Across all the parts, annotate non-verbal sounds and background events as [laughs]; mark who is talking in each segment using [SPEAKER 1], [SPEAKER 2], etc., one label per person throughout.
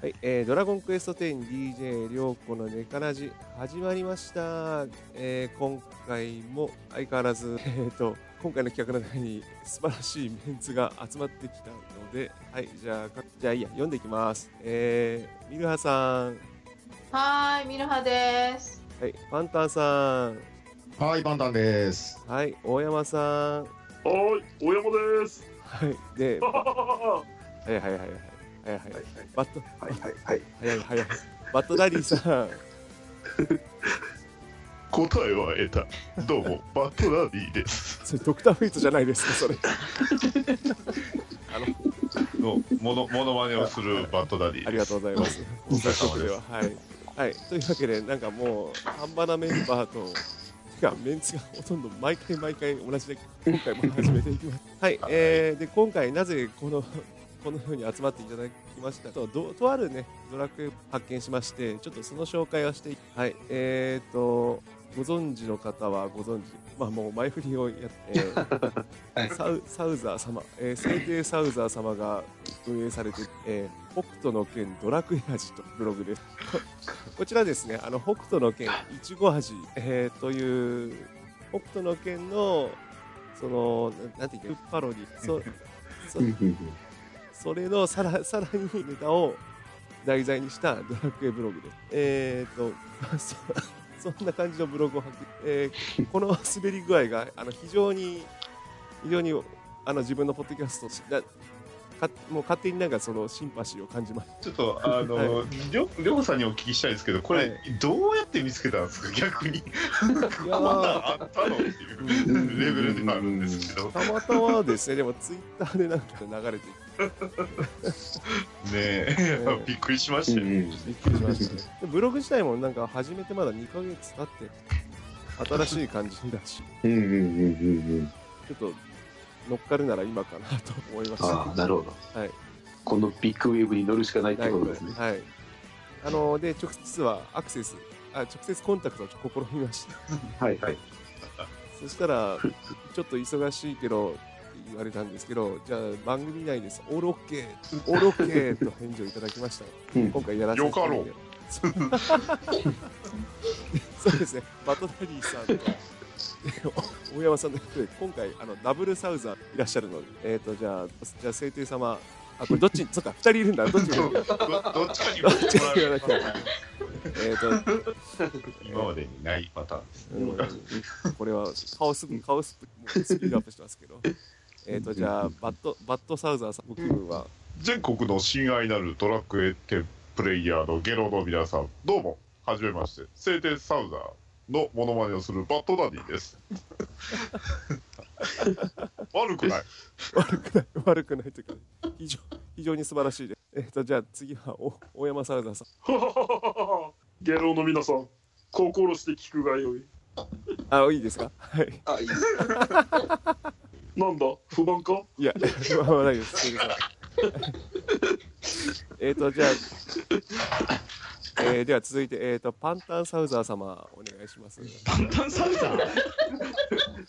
[SPEAKER 1] はい、えードラゴンクエスト 10DJ 涼子のネカラジ始まりました、えー今回も相変わらず、え [laughs] ー、と今回の企画の中に素晴らしいメンツが集まってきたのではいじゃあかじゃあいいや読んでいきますえー、ミルハさん
[SPEAKER 2] はーい、ミルハです。
[SPEAKER 1] はいパンタンさん
[SPEAKER 3] はい、バンタンです。
[SPEAKER 1] はい大山さん
[SPEAKER 4] はーい、大山です。
[SPEAKER 1] はいで
[SPEAKER 4] はははは
[SPEAKER 1] はいはいはいはいはいはい
[SPEAKER 3] はい
[SPEAKER 1] バット
[SPEAKER 3] はいはいはい。
[SPEAKER 1] 早い早いバットダディさん
[SPEAKER 4] 答えは得た。どうも、バッドラディです。
[SPEAKER 1] それドクターフェイトじゃないですかそれ
[SPEAKER 4] の、もの、ものまねをするバッドラディです。
[SPEAKER 1] ありがとうございます。
[SPEAKER 4] お疲れ様
[SPEAKER 1] で
[SPEAKER 4] です
[SPEAKER 1] は、はい。はい、というわけで、なんかもう、半端なメンバーと、てかメンツがほとんど毎回毎回同じで、今回も始めていきます。はい、えー、で、今回なぜこの、 [laughs] このように集まっていただきましたと、どとあるね、ドラクエ発見しまして、ちょっとその紹介をしてい、はい、えーと、ご存知の方はご存知、まあもう前振りをやって、 [laughs]
[SPEAKER 3] はい
[SPEAKER 1] サウサウザー様、えー、聖帝サウザー様が運営されている、えー北斗の剣ドラクエ味というブログです。 [laughs] ここちらですね、あの北斗の剣いちご味、えーという北斗の剣のそのななんていうかパロディ、そそそれのさらさらにネタを題材にしたドラクエブログです。えーと [laughs] そそんな感じのブログを発見、えーこの滑り具合があの非常に非常にあの自分のポッドキャストしだかもう勝手になんかそのシンパシーを感じます。
[SPEAKER 4] ちょっと、あの、りょ、りょうさんにお聞きしたいんですけど、これ、
[SPEAKER 1] は
[SPEAKER 4] どうやって見つけたんですか、逆に。
[SPEAKER 1] いや
[SPEAKER 4] こんなん
[SPEAKER 1] ー
[SPEAKER 4] あったのっていうレベルではあるんですけど。ね
[SPEAKER 1] たまたまですね、でもツイッターでなんか流れて
[SPEAKER 4] え
[SPEAKER 1] ねえ、
[SPEAKER 4] びっくりしましたよ。
[SPEAKER 1] びっくりしましたね。でブログ自体もなんか始めてまだ2ヶ月経って、新しい感じだし、ちょっと乗っかるなら今かなと思いました。
[SPEAKER 5] ああ、なるほど。
[SPEAKER 1] はい。
[SPEAKER 5] このビッグウェーブに乗るしかないってことですね。
[SPEAKER 1] はい。あので、直接はアクセス、あ、直接コンタクトを試みました。
[SPEAKER 5] はいはい。
[SPEAKER 1] そしたら、ちょっと忙しいけど、言われたんですけど、じゃあ番組内です、オールオッケー、オールオッケーと返事をいただきました。
[SPEAKER 5] うん
[SPEAKER 1] 今回やらせていただいて
[SPEAKER 4] よかろう
[SPEAKER 1] そう [laughs] そうですね、バトナリーさんとか、お大山さんのことで、今回あの、ダブルサウザーいらっしゃるので、えっ、と、じゃあ、じゃあ、聖帝様、あ、これどっちに、そっか、2人いるんだ、どっちに
[SPEAKER 4] どどどっちかに言ってもらえる
[SPEAKER 1] どっちかに言わなえーと、
[SPEAKER 4] 今までにないパターンです。
[SPEAKER 1] うんこれはカオス、カオス、スピードアップしてますけど。えっと、じゃあ、バット、バットサウザーさん、ご気分は、
[SPEAKER 4] 全国の親愛なるドラクエテンプレイヤーのゲロの皆さん、どうも、はじめまして、聖帝サウザーのモノマネをするバッドダデ
[SPEAKER 1] [laughs]
[SPEAKER 4] ィです。悪くない。
[SPEAKER 1] 悪くない、 [laughs] 悪くないというか、非常、非常に素晴らしいです。えっ、と、じゃあ次は、お、大山サウザーさん。
[SPEAKER 6] [laughs] ゲロの皆さん、心して聞くがよい。
[SPEAKER 1] あ、いいですかはい。
[SPEAKER 5] あいい
[SPEAKER 6] なんだ、不満か
[SPEAKER 1] いや、 [laughs] まあまあないです。それでからえっと、じゃあ、えーでは続いて、えっ、と、パンタンサウザー様、お願いします。
[SPEAKER 7] パンタンサウザー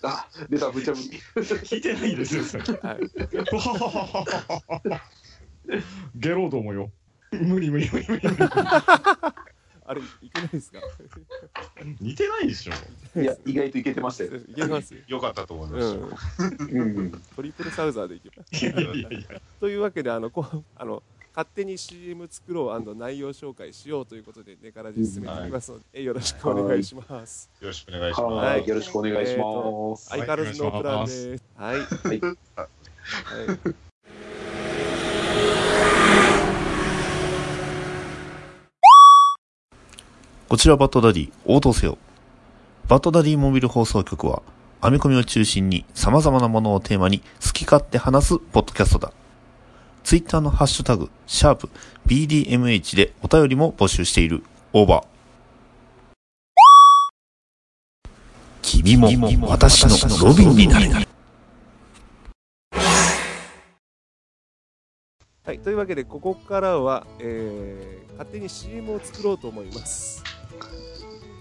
[SPEAKER 5] あ、出た、ぶちゃぶち。
[SPEAKER 7] 聞いてないですよ、そ
[SPEAKER 3] [laughs]
[SPEAKER 7] れ。
[SPEAKER 1] はい。
[SPEAKER 7] ゲローどもよ。無理無理無理無理。
[SPEAKER 1] あれ、いけないですか
[SPEAKER 7] 似てないでしょ。
[SPEAKER 5] いや、意外といけてましたよ。
[SPEAKER 1] いけます
[SPEAKER 4] よかったと思いま
[SPEAKER 1] う
[SPEAKER 4] した。
[SPEAKER 1] ん。
[SPEAKER 5] うん。
[SPEAKER 1] トリプルサウザーでいけます。
[SPEAKER 7] いやいやいやいや。
[SPEAKER 1] というわけであのこう [laughs] あの勝手に CM 作ろう内容紹介しようということでネカラジ進めていきますので、えよろしくお願いします。
[SPEAKER 4] よろしくお願いします。
[SPEAKER 5] はい、よろしくお願いします。
[SPEAKER 1] 相変わらずノープランです。はい。はいい。
[SPEAKER 8] こちらバットダディ、応答せよ。バットダディモビル放送局は、編み込みを中心に様々なものをテーマに好き勝手話すポッドキャストだ。ツイッターのハッシュタグ、シャープ BDMH でお便りも募集している。オーバー。君も私のロビンになれ。
[SPEAKER 1] はい、というわけでここからは、えー勝手に CM を作ろうと思います。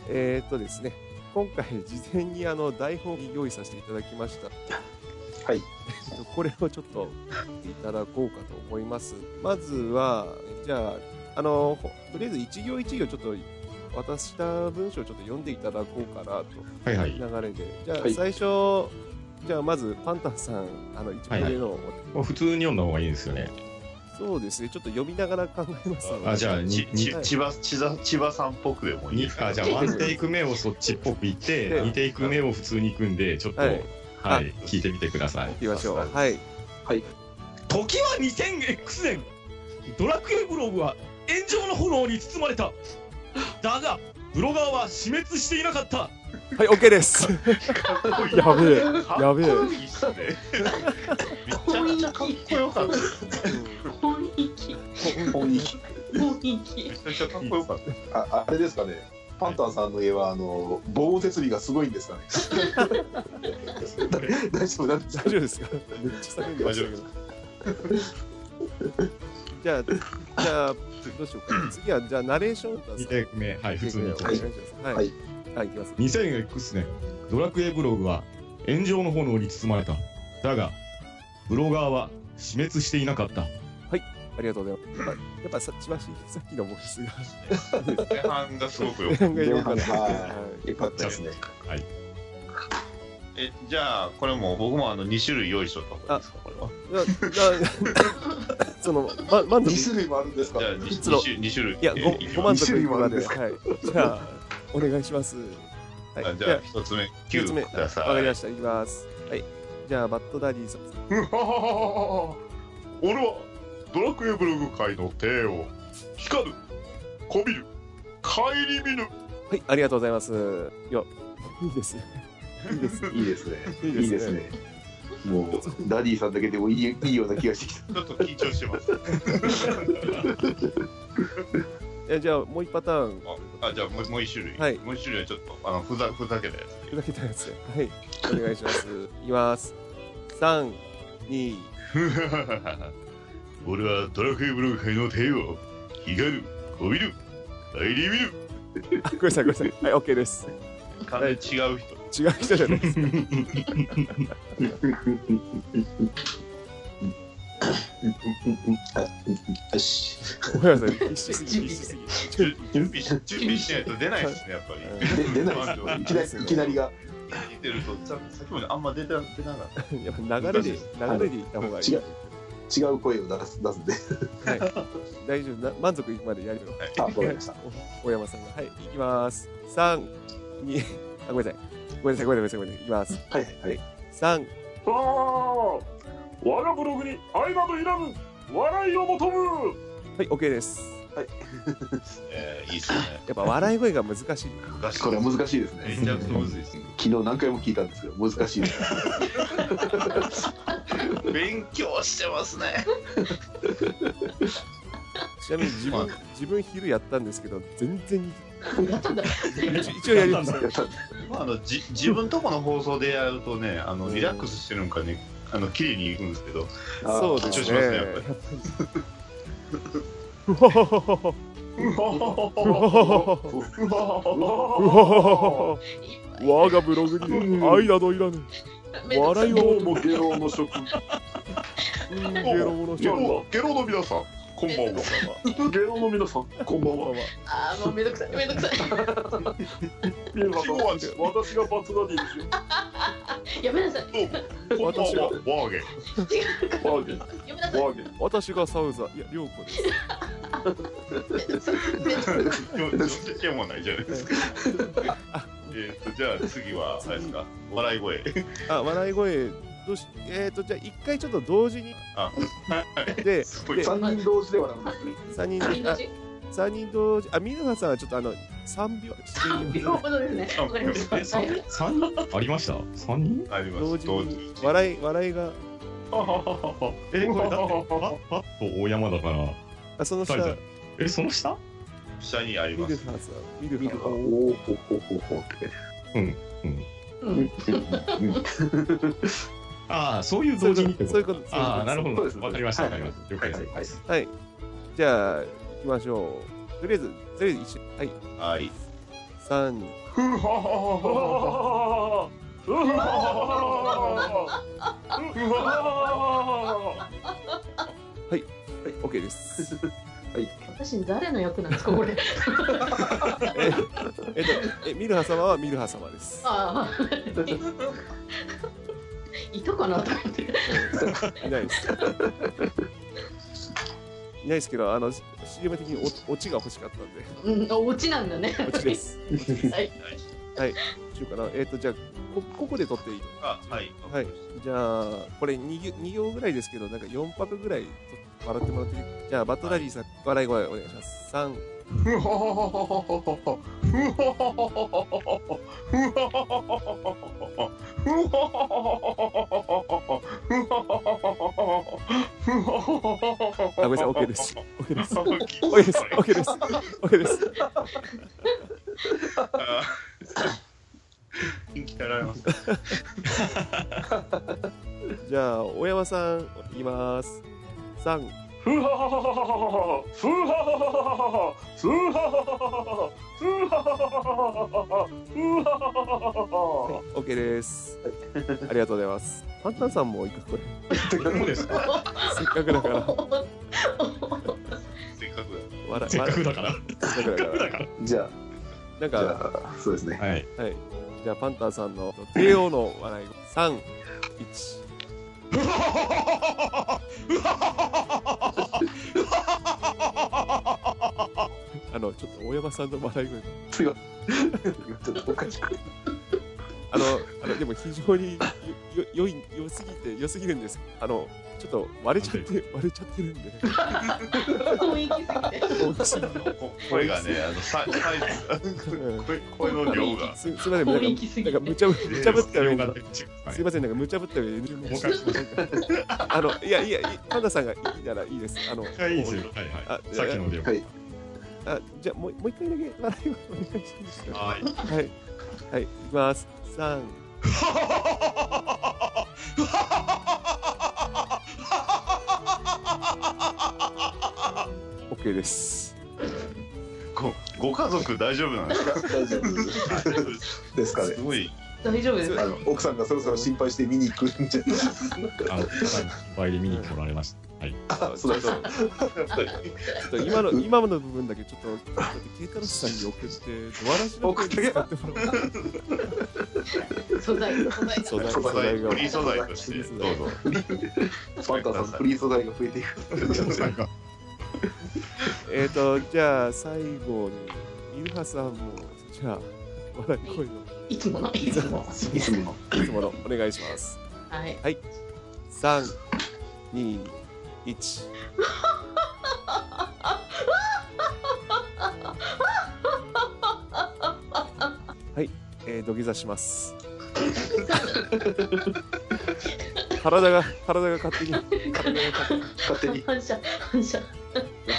[SPEAKER 1] えーっとですね今回事前にあの台本を用意させていただきました。
[SPEAKER 5] はい
[SPEAKER 1] えっと [laughs] これをちょっといただこうかと思います。まずは、じゃあ、あの、ほとりあえず一行一行ちょっと渡した文章をちょっと読んでいただこうかなと
[SPEAKER 3] はいはい。
[SPEAKER 1] 流れで。じゃあ
[SPEAKER 5] はい
[SPEAKER 1] 最初、じゃあまずパンタンさん、あの一番上の、
[SPEAKER 3] まあ普通に読んだ方がいいですよね。
[SPEAKER 1] そうですね、ちょっと読みながら考えますので。
[SPEAKER 3] あ、じゃあ、に、に、
[SPEAKER 1] はい
[SPEAKER 4] 千葉千葉千葉さんっぽくでもいい
[SPEAKER 3] に、あ、じゃあ、ワンテイク目をそっちっぽく言って、
[SPEAKER 1] はい
[SPEAKER 3] 二テイク目を普通に組んで、ちょっと、
[SPEAKER 1] は
[SPEAKER 3] はいい、聞いてみてください。
[SPEAKER 1] 行きましょう。はい。
[SPEAKER 7] 時は 2000X 年ドラクエブログは炎上の炎に包まれただがブロガーは死滅していなかった
[SPEAKER 1] はい、
[SPEAKER 3] [laughs]
[SPEAKER 1] OK です。
[SPEAKER 4] かっこいい
[SPEAKER 1] やべえ
[SPEAKER 4] かっこいいっすねめちゃくちゃかっこよかった
[SPEAKER 2] 本域。
[SPEAKER 5] 本域
[SPEAKER 2] 本域
[SPEAKER 4] め。ちゃくちゃかっこよかった
[SPEAKER 5] ああれですかねパンタンさんの家はあの防音設備がすごいんですかね [laughs] 大丈夫なんですか
[SPEAKER 1] 大丈夫ですかめっちゃ叫んでましたけど。じゃあ、じゃあ、どうしようか。次は、じゃあ、ナレーション歌
[SPEAKER 3] 二テイク目、はい、普通に行き
[SPEAKER 1] お
[SPEAKER 3] ま
[SPEAKER 1] 願い
[SPEAKER 3] し
[SPEAKER 1] し
[SPEAKER 3] ょう。
[SPEAKER 1] ます。はい。はい、はい、いきます。
[SPEAKER 7] 2000X 年ドラクエブログは炎上の炎に包まれただがブロガーは死滅していなかった
[SPEAKER 1] ありがとうございます。やっぱ、やっぱさ、千葉市、さっきのボイスが、
[SPEAKER 4] 前半がすごくよかった
[SPEAKER 1] なんか良かった。
[SPEAKER 5] はい
[SPEAKER 1] はい
[SPEAKER 5] よかったですね
[SPEAKER 4] えじゃあこれも僕もあの2種類用意しとった方がいいですかこれは
[SPEAKER 1] じゃあじゃあ、その、ま、満
[SPEAKER 5] 2
[SPEAKER 1] 足。
[SPEAKER 5] 種類もあるんですか
[SPEAKER 4] じゃあ 2,
[SPEAKER 1] いつの
[SPEAKER 4] 種2種類
[SPEAKER 1] いや、ご、ご満足いくまで。
[SPEAKER 5] 二
[SPEAKER 1] はい。じゃあ、お願いします。はい。
[SPEAKER 4] あじゃあ1つ目
[SPEAKER 1] 一つ目
[SPEAKER 4] 9ください
[SPEAKER 1] わかりました。いきます。はい。じゃあ、バッドダディさん。
[SPEAKER 4] うははははは [laughs] 俺はドラクエブログ界の帝王光るこびる帰り見ぬ
[SPEAKER 1] はい、ありがとうございます。いや、いいですね。いいですね。
[SPEAKER 5] いいですね
[SPEAKER 1] いいですね
[SPEAKER 5] いいですねもうダディさんだけでもいいいいような気がしてきた
[SPEAKER 4] ちょっと緊張してます
[SPEAKER 1] [laughs] えじゃあ、もう一パターン、
[SPEAKER 4] ああじゃあもうもう1種類、
[SPEAKER 1] はい
[SPEAKER 4] もう1種類はちょっとあのふざふざけたやつ
[SPEAKER 1] 砕けたやつで。はい、お願いします。いきます。3、2、
[SPEAKER 4] 俺はドラクエブログ界の帝王光るこびる帰り見ぬ
[SPEAKER 1] あ、ごめんなさい、ごめんなさい。はい、OK です。
[SPEAKER 4] 完全に違う人
[SPEAKER 1] 違う人じゃないです。
[SPEAKER 5] よし
[SPEAKER 1] ごめんなさい。一瞬すぎ、一瞬すぎ。
[SPEAKER 4] 準備し準備しないと出ないですねやっぱり
[SPEAKER 5] で出ないですよいきなりいきなりが
[SPEAKER 4] 出てるとささっきまであんま出てな出なかった
[SPEAKER 1] やっぱ流れで、流れでいった方がいい。
[SPEAKER 5] 違う違う声を出す出すんで
[SPEAKER 1] 大丈夫な、満足いくまでやるよ。
[SPEAKER 5] あわかりました
[SPEAKER 1] 大山さんが。はい、いきます。3、2、あ、ごめんなさい。ごめんなさい、ごめんなさい、ごめんなさい。いきます。
[SPEAKER 5] はいはいはい
[SPEAKER 1] 3、
[SPEAKER 6] ああ我がブログに愛などいらぬ笑いを求む
[SPEAKER 1] はい、OK です。
[SPEAKER 4] えー、いいっすね
[SPEAKER 1] やっぱ笑い声が難しい。
[SPEAKER 4] 昔
[SPEAKER 5] これは難しいです
[SPEAKER 4] め
[SPEAKER 5] ね
[SPEAKER 4] ちゃくちゃむずいですね
[SPEAKER 5] 昨日何回も聞いたんですけど難しいです
[SPEAKER 4] 勉強してますね
[SPEAKER 1] ちなみに自分、自分昼やったんですけど、全然
[SPEAKER 2] やったんだ。
[SPEAKER 1] 一一応やりました。
[SPEAKER 5] やった
[SPEAKER 4] まあ、あのじ自分とこの放送でやるとねあのリラックスしてるんかねあの綺麗にいくんですけ [laughs] ど
[SPEAKER 5] あー
[SPEAKER 1] そうです
[SPEAKER 4] 緊張
[SPEAKER 1] ね。
[SPEAKER 4] しますねやっぱり
[SPEAKER 1] うほほほほほうほほほほうほほほほ我がブログに愛などいらぬ。笑いを
[SPEAKER 6] どうもゲロの職
[SPEAKER 1] うんゲロものし
[SPEAKER 4] ゲ
[SPEAKER 1] ょう。
[SPEAKER 4] ロゲロの皆さんこんばんは
[SPEAKER 6] ゲロの皆さんこんばんは
[SPEAKER 2] ああ、もうめんどくさい。めんどくさ
[SPEAKER 1] [laughs]
[SPEAKER 6] 皆さん
[SPEAKER 4] 今日はね
[SPEAKER 6] 私がバツダディですよ
[SPEAKER 2] い。やめなさい。
[SPEAKER 4] どうもこんばん
[SPEAKER 1] 私が
[SPEAKER 4] はワーゲン
[SPEAKER 6] ワーゲンワ
[SPEAKER 2] やめなさい。
[SPEAKER 6] ーゲン
[SPEAKER 1] 私がサウザー、いや、りょうこです。
[SPEAKER 4] どっちでもないじゃないですかえーとじゃあ次はあれですか笑い声
[SPEAKER 1] あ、笑い声、どうし、えっと、じゃあ一回ちょっと同時に、
[SPEAKER 4] あ
[SPEAKER 1] で、
[SPEAKER 4] すごい
[SPEAKER 1] で
[SPEAKER 5] 三人同士で笑うんですね
[SPEAKER 1] 3人
[SPEAKER 2] みん
[SPEAKER 1] で、
[SPEAKER 2] な
[SPEAKER 1] あ、3人同時、あ、みなさんはちょっとあの、3秒、
[SPEAKER 2] 三秒ほどですね。わかりました。
[SPEAKER 4] え
[SPEAKER 2] はいはい
[SPEAKER 7] 3人ありました3人
[SPEAKER 4] あります
[SPEAKER 1] 同時に、笑い、笑いが、
[SPEAKER 7] えこれだってパッパッと大山だから
[SPEAKER 1] あ、その下、
[SPEAKER 7] 大
[SPEAKER 1] ミ
[SPEAKER 7] 丈えその下
[SPEAKER 4] 下にありま
[SPEAKER 1] ル
[SPEAKER 4] す
[SPEAKER 1] ハーさん、ミルハ
[SPEAKER 5] 見るかお
[SPEAKER 1] ー。
[SPEAKER 5] おほほほほ
[SPEAKER 2] うん
[SPEAKER 7] ああそういう同時にってこと
[SPEAKER 1] そういうことそういうこと
[SPEAKER 7] ああなるほ
[SPEAKER 5] そう
[SPEAKER 7] ど
[SPEAKER 5] です
[SPEAKER 7] わかりましたわ
[SPEAKER 5] はい
[SPEAKER 7] か
[SPEAKER 5] はい
[SPEAKER 7] りました了解です
[SPEAKER 5] はい
[SPEAKER 1] はい。
[SPEAKER 5] は
[SPEAKER 1] じゃあ、行きましょう。とりあえず、とりあえず一緒。はい。
[SPEAKER 4] はい
[SPEAKER 1] 3、
[SPEAKER 6] あうわーうわ
[SPEAKER 1] はい、OK です。
[SPEAKER 2] 私誰の役なんですかこ
[SPEAKER 1] [laughs]
[SPEAKER 2] れ。
[SPEAKER 1] えっ、えっと、えミルハ様はミルハ様です。
[SPEAKER 2] ああ。 [laughs] いたかなと思って。
[SPEAKER 1] いないです。いないですけど、あの、し CM 的におオチが欲しかったんで、
[SPEAKER 2] うん、落ちなんだね。
[SPEAKER 1] オチです。
[SPEAKER 2] は
[SPEAKER 1] しよ
[SPEAKER 2] い。
[SPEAKER 1] うかな。えっ、と、じゃあ、こここで撮っていい
[SPEAKER 9] あ、はい。
[SPEAKER 1] はい。じゃあ、これ 2, 行二行ぐらいですけど、なんか4拍ぐらい笑ってもらっていいじゃあ、バットダディさん、笑い声お願いします。3、あ、ごめんなさい、OK です。OK です。OK です。OK です。OK です。
[SPEAKER 9] あ
[SPEAKER 4] [laughs]
[SPEAKER 9] ーやられます。
[SPEAKER 1] じゃあ、大山さん、言います。3、
[SPEAKER 6] ーふはははははふははははふははははふははははふはははは
[SPEAKER 1] OK です。ありがとうございます。パンタンさんも行くこれ。
[SPEAKER 3] そうですか
[SPEAKER 1] せっかくだから。
[SPEAKER 9] せっかく
[SPEAKER 1] 笑
[SPEAKER 3] せっかくだから。
[SPEAKER 1] せっかくだから。
[SPEAKER 5] じ
[SPEAKER 1] なん
[SPEAKER 5] ゃあ、じ
[SPEAKER 1] か、
[SPEAKER 5] ゃあ、そうですね。
[SPEAKER 3] はい。
[SPEAKER 1] はい。じゃあ、パンタンさんの帝王の笑い声。3、1。あの、ちょっと大山さんの笑い声が。
[SPEAKER 5] ちょっとおかしく。
[SPEAKER 1] あの、あのでも非常によよ良い良すぎて良すぎるんです。あの、ちょっと割れちゃって割れちゃってるんで。
[SPEAKER 2] 雰囲
[SPEAKER 1] [laughs]
[SPEAKER 2] 気すぎて。
[SPEAKER 1] 大きすぎて
[SPEAKER 9] だ。こ声がね、あの、さ、サイ
[SPEAKER 1] うん
[SPEAKER 9] 声声の量が。
[SPEAKER 1] すすいません、なん
[SPEAKER 2] 雰囲
[SPEAKER 1] か
[SPEAKER 2] 気すぎ
[SPEAKER 1] なん
[SPEAKER 2] て
[SPEAKER 1] か。無茶ぶ無茶ぶったような。すいません、なんか無茶ぶったように。
[SPEAKER 3] もう一回しましょう
[SPEAKER 1] あの、いやいや、いパンダさんがいいならいいです。あの、
[SPEAKER 3] 一回いいですよ。はい
[SPEAKER 1] あ
[SPEAKER 3] はい。さっきのでも。
[SPEAKER 1] あじゃあもうもう一回だけ笑いをお願いします。
[SPEAKER 9] はい。
[SPEAKER 1] はい。はい、いきます。三。オッケーです。
[SPEAKER 9] ご、ご家族大丈夫なんですか。
[SPEAKER 5] 大丈夫ですかね
[SPEAKER 9] す。ごい。
[SPEAKER 2] 大丈夫です
[SPEAKER 5] あ。の奥さんがそろそろ心配して見に行くんじゃ
[SPEAKER 3] あの、心配で見に来られました。
[SPEAKER 1] あ
[SPEAKER 5] そうだ
[SPEAKER 1] ちょっとちょっと今の今の部分だけちょっとちょっとケイタロスさんに送ってドアラジの声に使ってもらおうかな。
[SPEAKER 2] 素材素材。
[SPEAKER 1] 素材素
[SPEAKER 9] 素材、
[SPEAKER 1] 材が
[SPEAKER 9] フリー素材として、どうぞ。
[SPEAKER 5] パンタンさんの [laughs] フリー素材が増えていく。
[SPEAKER 1] えっ、とじゃあ最後にイルハさんもじゃあ笑い声の
[SPEAKER 2] いつものいつもの。
[SPEAKER 5] いつもの。
[SPEAKER 1] いつものお願いします。
[SPEAKER 2] はい。
[SPEAKER 1] 三、二、一。はい、えー、土下座します。体が体が勝手に体が勝手に
[SPEAKER 5] 勝手に
[SPEAKER 2] 反射反射。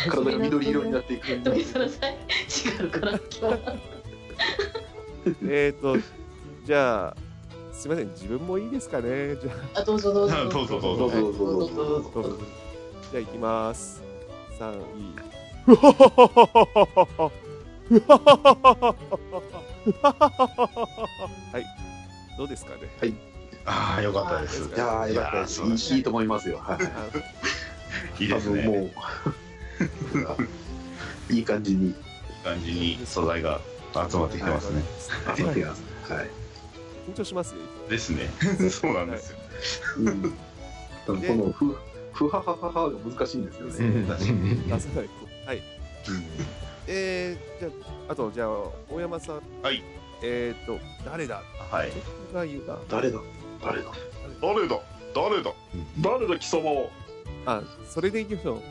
[SPEAKER 5] 体が緑色になっていく。
[SPEAKER 2] どいさら [laughs] さい違うから今日。
[SPEAKER 1] えっとじゃあすみません自分もいいですかねじゃあ
[SPEAKER 2] あどうぞどうぞ。
[SPEAKER 9] どうぞど
[SPEAKER 5] ど
[SPEAKER 9] うぞ。
[SPEAKER 5] うぞどうぞどう
[SPEAKER 2] どう
[SPEAKER 5] ぞ。
[SPEAKER 2] ぞ
[SPEAKER 1] どうぞじゃあ行きます。三、二。はい、どうですかね。
[SPEAKER 9] ああ、よかったです。
[SPEAKER 5] いやー、よかったです。
[SPEAKER 9] いやー
[SPEAKER 5] いいいいと思いますよ。はい。
[SPEAKER 9] いい
[SPEAKER 5] 多
[SPEAKER 9] です
[SPEAKER 5] 分
[SPEAKER 9] ね。
[SPEAKER 5] もう。い [laughs] い感じに。
[SPEAKER 9] いい感じに素材が集まってきてますね。
[SPEAKER 5] あ、待ってください。はい。
[SPEAKER 1] 緊張しますね。
[SPEAKER 9] ですね。 [laughs] そうなんですよ。
[SPEAKER 5] うん。多分このふ、ふははははが難しいんですよ
[SPEAKER 1] う
[SPEAKER 5] ね。
[SPEAKER 1] ん出さないと。はい。えー、じゃあ、あと、じゃあ、大山さん。
[SPEAKER 9] はい。
[SPEAKER 1] えっ、ー、と、誰だ
[SPEAKER 9] はい。
[SPEAKER 1] 僕が言うか。
[SPEAKER 5] 誰だ。誰だ。
[SPEAKER 4] 誰だ誰だ
[SPEAKER 6] 誰だ貴様は
[SPEAKER 1] あ、それでいきましょう。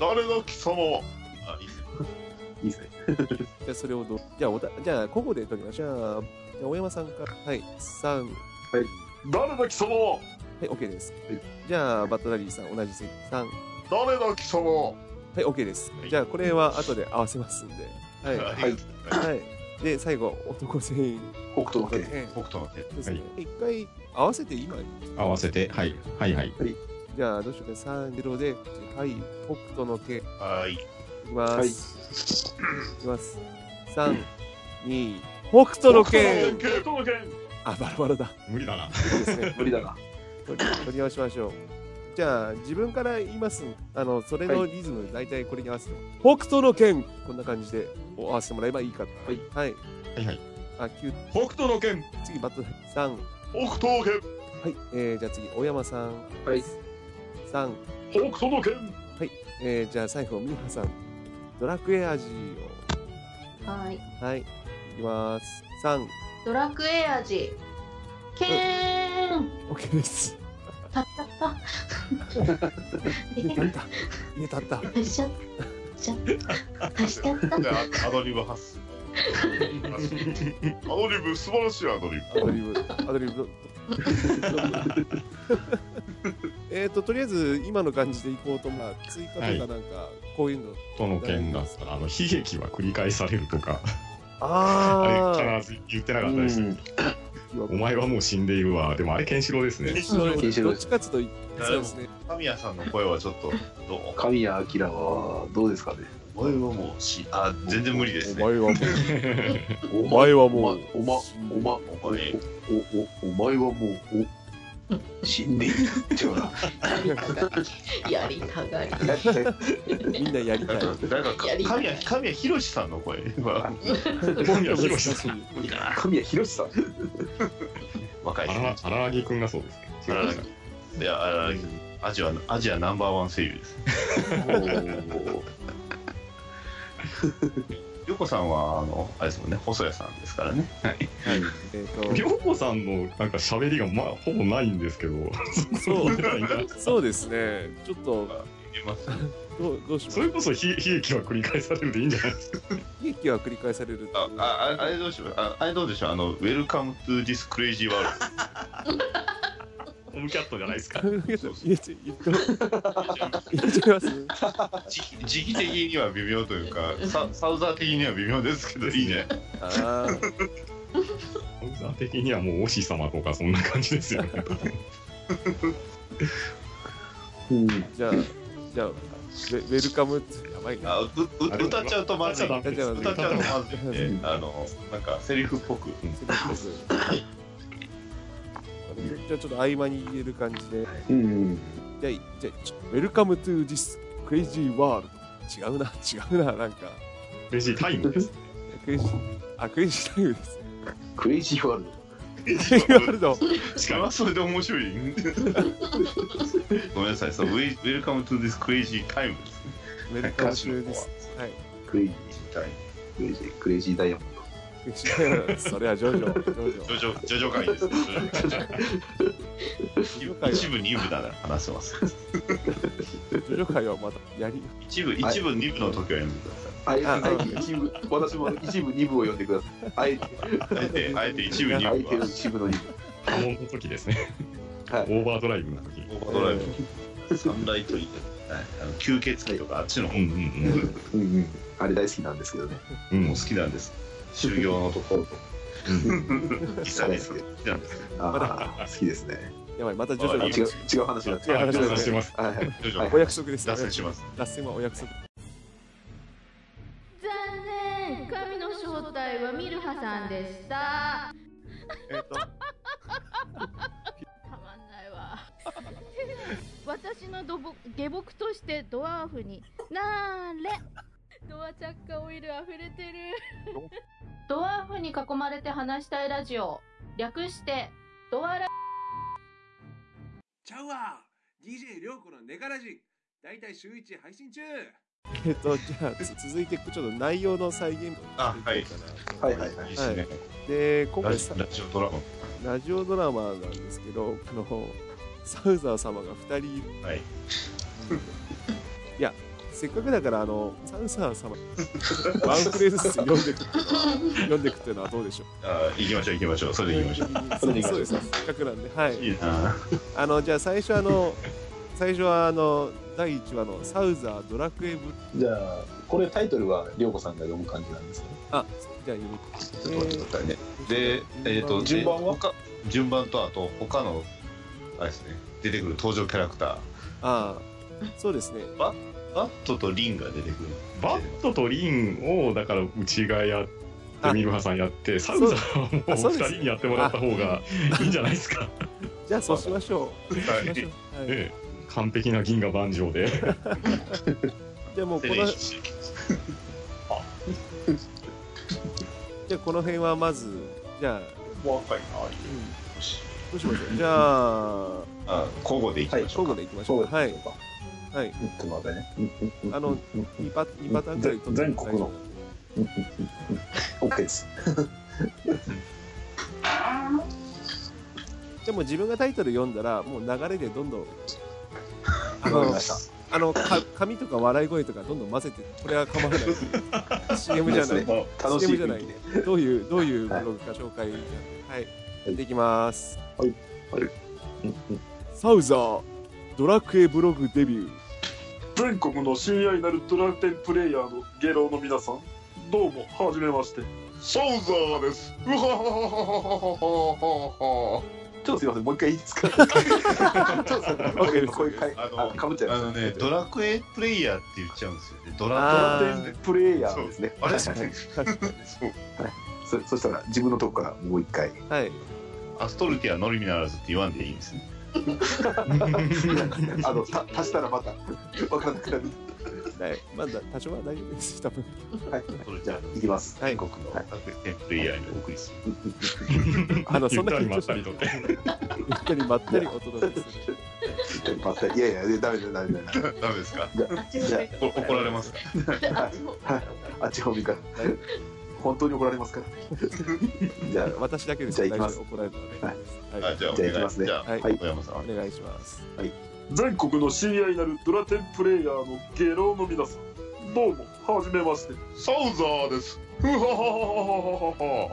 [SPEAKER 4] 誰だ貴様は
[SPEAKER 9] あいいです
[SPEAKER 5] いいですね。
[SPEAKER 9] ね
[SPEAKER 1] じゃあ、それをどう、じゃあ、おたじゃあ、ここで撮りましょう。じゃあ、大山さんから。はい。三。は、
[SPEAKER 6] 誰だ貴様はい
[SPEAKER 1] OK です。
[SPEAKER 5] はい
[SPEAKER 1] じゃあ、バットダリーさん、同じ席。三。
[SPEAKER 4] 誰だ貴様は
[SPEAKER 1] はい、OK です。
[SPEAKER 9] はい
[SPEAKER 1] じゃあ、これは後で合わせますんで。はい。は
[SPEAKER 9] はい。
[SPEAKER 1] い。で、最後、男全員。
[SPEAKER 5] 北斗の拳。
[SPEAKER 1] ええ
[SPEAKER 9] 北斗の手。
[SPEAKER 1] ですね。一回合わせて今、
[SPEAKER 3] 合わせて、はい。はいはい。
[SPEAKER 1] じゃあどうしようか、3、0で、はい、北斗の毛、い
[SPEAKER 9] はい。
[SPEAKER 1] きます。い、きます。3、2、北斗の毛
[SPEAKER 6] 北斗の拳
[SPEAKER 1] あ、バラバラだ。
[SPEAKER 7] 無理だな。
[SPEAKER 1] いいですね。
[SPEAKER 5] 無理だな。
[SPEAKER 1] 取り取り直しましょう。じゃあ、自分から言います。あの、それのリズム、大体これに合わせて。北斗の剣こんな感じでお合わせてもらえばいいかと。はい。はい。
[SPEAKER 7] はいはい。
[SPEAKER 1] あ、9、
[SPEAKER 10] 北斗の剣
[SPEAKER 1] 次、バット3。は
[SPEAKER 11] 北東拳
[SPEAKER 1] い。えー、じゃあ次、大山さん。
[SPEAKER 5] はい。
[SPEAKER 1] 3。
[SPEAKER 11] 北斗の拳
[SPEAKER 1] えー、じゃあ最後、ミハさん。ドラクエ味
[SPEAKER 2] はい。
[SPEAKER 1] を。はい。いきます。3。
[SPEAKER 2] ドラクエ味。けーん。
[SPEAKER 1] OK です。
[SPEAKER 2] たったった。
[SPEAKER 1] 何か入れたった。
[SPEAKER 2] 足しちゃった。足しちゃった。
[SPEAKER 11] じゃあアドリブ発すアドリブ素晴らしいアドリ
[SPEAKER 1] アドリブ、アドリブ。 [laughs] えっと、とりあえず、今の感じでいこうと、まあ、追加とか
[SPEAKER 7] はい
[SPEAKER 1] なんか、こういうの。
[SPEAKER 7] との件だったら、あの、悲劇は繰り返されるとか、
[SPEAKER 1] あ
[SPEAKER 7] あ
[SPEAKER 1] あ
[SPEAKER 7] れ、必ず言ってなかったです。
[SPEAKER 5] うん
[SPEAKER 7] お前はもう死んでいるわ。でもあれ、ケンシロウですね。
[SPEAKER 5] ケンシロ
[SPEAKER 1] どっ
[SPEAKER 5] ウ
[SPEAKER 1] ちかつと、そうですね。
[SPEAKER 4] 神谷さんの声はちょっとどう
[SPEAKER 5] 神谷明はどうですかね
[SPEAKER 4] お前はもうしあ全然無理ですね
[SPEAKER 1] お前はもう、
[SPEAKER 5] お
[SPEAKER 1] お前は
[SPEAKER 5] おま
[SPEAKER 1] もう、
[SPEAKER 5] おまおま
[SPEAKER 4] お前
[SPEAKER 5] おおお前はもうお死んでいるってほら
[SPEAKER 2] やりたがり。
[SPEAKER 1] みんなやりたい。
[SPEAKER 4] 誰かか
[SPEAKER 2] やり
[SPEAKER 4] 神谷神谷博さんの声は
[SPEAKER 7] 今夜、ヒロシさん。
[SPEAKER 4] いいな
[SPEAKER 5] 神谷博さん
[SPEAKER 4] 若い
[SPEAKER 7] 荒
[SPEAKER 4] ね
[SPEAKER 7] 荒木くんがそうですけど。
[SPEAKER 4] 荒木いやあアジアアジアナンバーワン声優ですヨコさんはあのあれですもんね細谷さんですからね
[SPEAKER 1] えっ
[SPEAKER 7] りょうこさんのなんか喋りがまあほぼないんですけど、
[SPEAKER 1] と、そう、そうですね。ちょっと、
[SPEAKER 4] いけます
[SPEAKER 1] どう、どうしま
[SPEAKER 7] そ
[SPEAKER 1] す
[SPEAKER 7] れこそひ悲劇は繰り返されるでいいんじゃないですか。
[SPEAKER 1] 悲劇は繰り返される。
[SPEAKER 4] ああああれどうしようああれどうでしょうあのウェルカムトゥディスクレイジーワールド
[SPEAKER 7] オムキャットじゃないですか。
[SPEAKER 1] 入れ [laughs] ちゃ入れちゃ入れちゃい
[SPEAKER 4] [laughs]
[SPEAKER 1] ます
[SPEAKER 4] [laughs] 時期時期的には微妙というかササウザー的には微妙ですけどいいね
[SPEAKER 1] あー
[SPEAKER 7] オムザ的にはもうおし様とかそんな感じですよね。
[SPEAKER 5] うん
[SPEAKER 1] じゃあ、じゃあ、ウェウェルカムって、やばいな。
[SPEAKER 4] [laughs] あうう
[SPEAKER 7] あでも
[SPEAKER 4] 歌っちゃうとまずい
[SPEAKER 7] 歌っちゃダメ
[SPEAKER 4] 歌っちゃ [laughs] うと
[SPEAKER 7] です
[SPEAKER 4] まずいんであのなんかセリフっぽく
[SPEAKER 1] セリフですじゃあちょっと合間に入れる感じで。
[SPEAKER 5] うん
[SPEAKER 1] じゃあ、じゃあちょウェルカムトゥーディスクレイジーワールド。違うな、違うな、なんか。
[SPEAKER 7] 嬉しいタイムです。
[SPEAKER 1] クレイジー、あ、クレイジータイムですね。
[SPEAKER 5] クレイジーワール
[SPEAKER 1] クレイジーワールド。
[SPEAKER 4] それはそれで面白い [laughs] ごめんなさいそうウェイウェルカムトゥディスクレイジータイムですね
[SPEAKER 1] ウェルカムトゥーディス。はい。
[SPEAKER 5] ドクレイジー
[SPEAKER 4] タイ
[SPEAKER 5] クレイジークレイジーダイヤモン
[SPEAKER 1] クレイジータイムそれはジョジョ、ジョジ
[SPEAKER 4] ムジョジョジョジョ会ですジョジョ
[SPEAKER 1] 会
[SPEAKER 4] [laughs] 会一部二部なら話せます
[SPEAKER 1] ョ。ジョジョ界はまたやり。
[SPEAKER 4] 一部一部二部の時はやめてください
[SPEAKER 5] ドあえ
[SPEAKER 1] あ
[SPEAKER 5] あえて一部私も一部二部を読んでくださいあえて
[SPEAKER 4] あえてあえて一部二部
[SPEAKER 5] あえて
[SPEAKER 4] は
[SPEAKER 5] 一部の二部
[SPEAKER 7] 波紋の時ですね。
[SPEAKER 5] はい
[SPEAKER 7] オーバードライブの時。
[SPEAKER 4] オーバードライブサンライトインはいあの吸血鬼とかあっちの
[SPEAKER 7] うん
[SPEAKER 4] 方も
[SPEAKER 7] うん
[SPEAKER 5] うんうんあれ大好きなんですけどね
[SPEAKER 7] うん。うん
[SPEAKER 4] 好。きなんです修行のところとか実際に好きなんです
[SPEAKER 5] ああ好きですね
[SPEAKER 1] やばい、またジョジョ
[SPEAKER 5] あ違う
[SPEAKER 1] の
[SPEAKER 4] いいよ
[SPEAKER 5] 違う話になっち
[SPEAKER 1] 違
[SPEAKER 5] ゃ
[SPEAKER 1] う話になっ
[SPEAKER 7] ちゃいます
[SPEAKER 5] はいはい
[SPEAKER 4] ジョジ
[SPEAKER 5] はい
[SPEAKER 4] ョ
[SPEAKER 1] お約束です。
[SPEAKER 4] 脱線します
[SPEAKER 1] 脱線はお約束。
[SPEAKER 12] 残念神の正体はミルハさんでした
[SPEAKER 1] えっと、
[SPEAKER 12] たまんないわ [laughs] 私の土木下僕としてドワーフになーれドアチャッカオイル溢れてる
[SPEAKER 2] ドワーフに囲まれて話したいラジオ。略して、ドアラ。
[SPEAKER 6] ちゃうわ !DJ りょうこのネガラジ大体週1配信中
[SPEAKER 1] えっと、じゃあ、つ続いて、ちょっと内容の再現。
[SPEAKER 4] あはい
[SPEAKER 5] はいはいはい
[SPEAKER 4] いいですね
[SPEAKER 1] で、今
[SPEAKER 4] ラ
[SPEAKER 1] 回
[SPEAKER 4] ジ
[SPEAKER 1] さ
[SPEAKER 4] ラジオドラゴン
[SPEAKER 1] ラジオドラマなんですけど、あの、サウザー様が2人いる、
[SPEAKER 4] はい
[SPEAKER 1] せっかくだから、あの、サウザー [laughs] 様、ワンフレーズずつ読んでくっていうのは、読んでくっていうのはどうでしょう。
[SPEAKER 4] あ行きましょう行きましょうそれで行きましょ
[SPEAKER 1] そうそうです、せっかくなんで、は
[SPEAKER 4] う
[SPEAKER 1] い。
[SPEAKER 4] いいな
[SPEAKER 1] あの、じゃあ、最初、あの、最初は、あの、第1話のサウザードラクエブ、
[SPEAKER 5] じゃあこれタイトルは涼子さんが読む感じなんですかね
[SPEAKER 1] あ、じゃあ、読み
[SPEAKER 4] ちょっと待ってくださいねでえっと
[SPEAKER 5] 順番は
[SPEAKER 4] で他順番とあと他のあれですね出てくる登場キャラクタ
[SPEAKER 1] ああ、そうです
[SPEAKER 5] [laughs]
[SPEAKER 1] ね。
[SPEAKER 4] ーバットとリンが出てくる
[SPEAKER 7] バットとリンをだから内側や
[SPEAKER 13] でミルハさんやってサウザーはもう
[SPEAKER 1] あそう
[SPEAKER 13] 2
[SPEAKER 1] です
[SPEAKER 13] 人にやってもらった方がいいんじゃないですか。
[SPEAKER 1] じゃあそうしましょう。
[SPEAKER 13] はい
[SPEAKER 1] そうしましょう
[SPEAKER 5] [laughs]
[SPEAKER 1] はい
[SPEAKER 13] ええ完璧な銀河万丈で
[SPEAKER 1] じゃあもうこの。じゃあこの辺はまずじ
[SPEAKER 5] [laughs]
[SPEAKER 1] ゃあ。若いな。うん。どうしましょう。じゃあ。
[SPEAKER 14] あ交互でいきましょうか
[SPEAKER 1] はい、交互でいきましょうか。はい。はい。
[SPEAKER 5] ちょっと待ってね。
[SPEAKER 1] あの二パ二パターンぐらい取って
[SPEAKER 5] 全国の。OK です。
[SPEAKER 1] でも自分がタイトル読んだらもう流れでどんどんあ
[SPEAKER 5] [laughs] わかり
[SPEAKER 1] の
[SPEAKER 5] ました
[SPEAKER 1] あのか紙とか笑い声とかどんどん混ぜてこれは構わ
[SPEAKER 5] [laughs]
[SPEAKER 1] ない CM じゃない、
[SPEAKER 5] そうですね楽しい
[SPEAKER 1] CM じゃな
[SPEAKER 5] 雰囲
[SPEAKER 1] い
[SPEAKER 5] 気で
[SPEAKER 1] どう
[SPEAKER 5] [laughs]
[SPEAKER 1] いうどういうブログか紹介はい、でいきます
[SPEAKER 5] はい
[SPEAKER 1] サウザードラクエブログデビュー
[SPEAKER 7] 全国の親愛なるドラテンプレイヤーのゲロの皆さんどうもはじめまして
[SPEAKER 4] サウザーですうははははははは
[SPEAKER 5] ちょっとすいません、もう一回いいですかちょっとすいません
[SPEAKER 14] オッケーです
[SPEAKER 5] 声変えあかぶっちゃいま
[SPEAKER 14] あ
[SPEAKER 5] す
[SPEAKER 14] のね、ドラクエプレイヤーって言っちゃうんですよね。ドラ
[SPEAKER 5] あードラテンプレイヤーですね
[SPEAKER 14] そうあれ
[SPEAKER 5] はいはい
[SPEAKER 14] そう。
[SPEAKER 5] そそしたら自分のとこからもう一回
[SPEAKER 1] はい。
[SPEAKER 14] アストルティアのみならずって言わんでいいんですね。
[SPEAKER 5] あのた足したらまた分からなくなる
[SPEAKER 1] はいまだ多少は大丈夫です多分
[SPEAKER 5] はいじゃあいきます
[SPEAKER 1] はい
[SPEAKER 14] 僕のドラクエプレイヤーにお送りする。
[SPEAKER 1] あのそんな緊張し
[SPEAKER 14] ゆっ
[SPEAKER 1] ない
[SPEAKER 14] たりまったりと
[SPEAKER 1] ゆったりまったりお届けする
[SPEAKER 5] またいやいやダメだダメだダメだ
[SPEAKER 14] ダメですか
[SPEAKER 5] じゃあじゃ
[SPEAKER 14] お怒られますか
[SPEAKER 5] あはいあっち方面から本当に怒られますからじゃあ
[SPEAKER 1] 私だけです
[SPEAKER 5] じゃあいきま
[SPEAKER 1] 大
[SPEAKER 5] す
[SPEAKER 1] 丈夫怒られたら大丈
[SPEAKER 14] あ
[SPEAKER 1] 夫です
[SPEAKER 14] じゃあお
[SPEAKER 5] じゃあ
[SPEAKER 14] 願
[SPEAKER 5] いきますね
[SPEAKER 14] じゃあ
[SPEAKER 1] はい
[SPEAKER 14] 小山さん。
[SPEAKER 1] お願いします
[SPEAKER 7] 全国の親愛なるドラテンプレイヤーのゲロの皆さんどうもはじめまして
[SPEAKER 4] サウザーです
[SPEAKER 7] うはははははは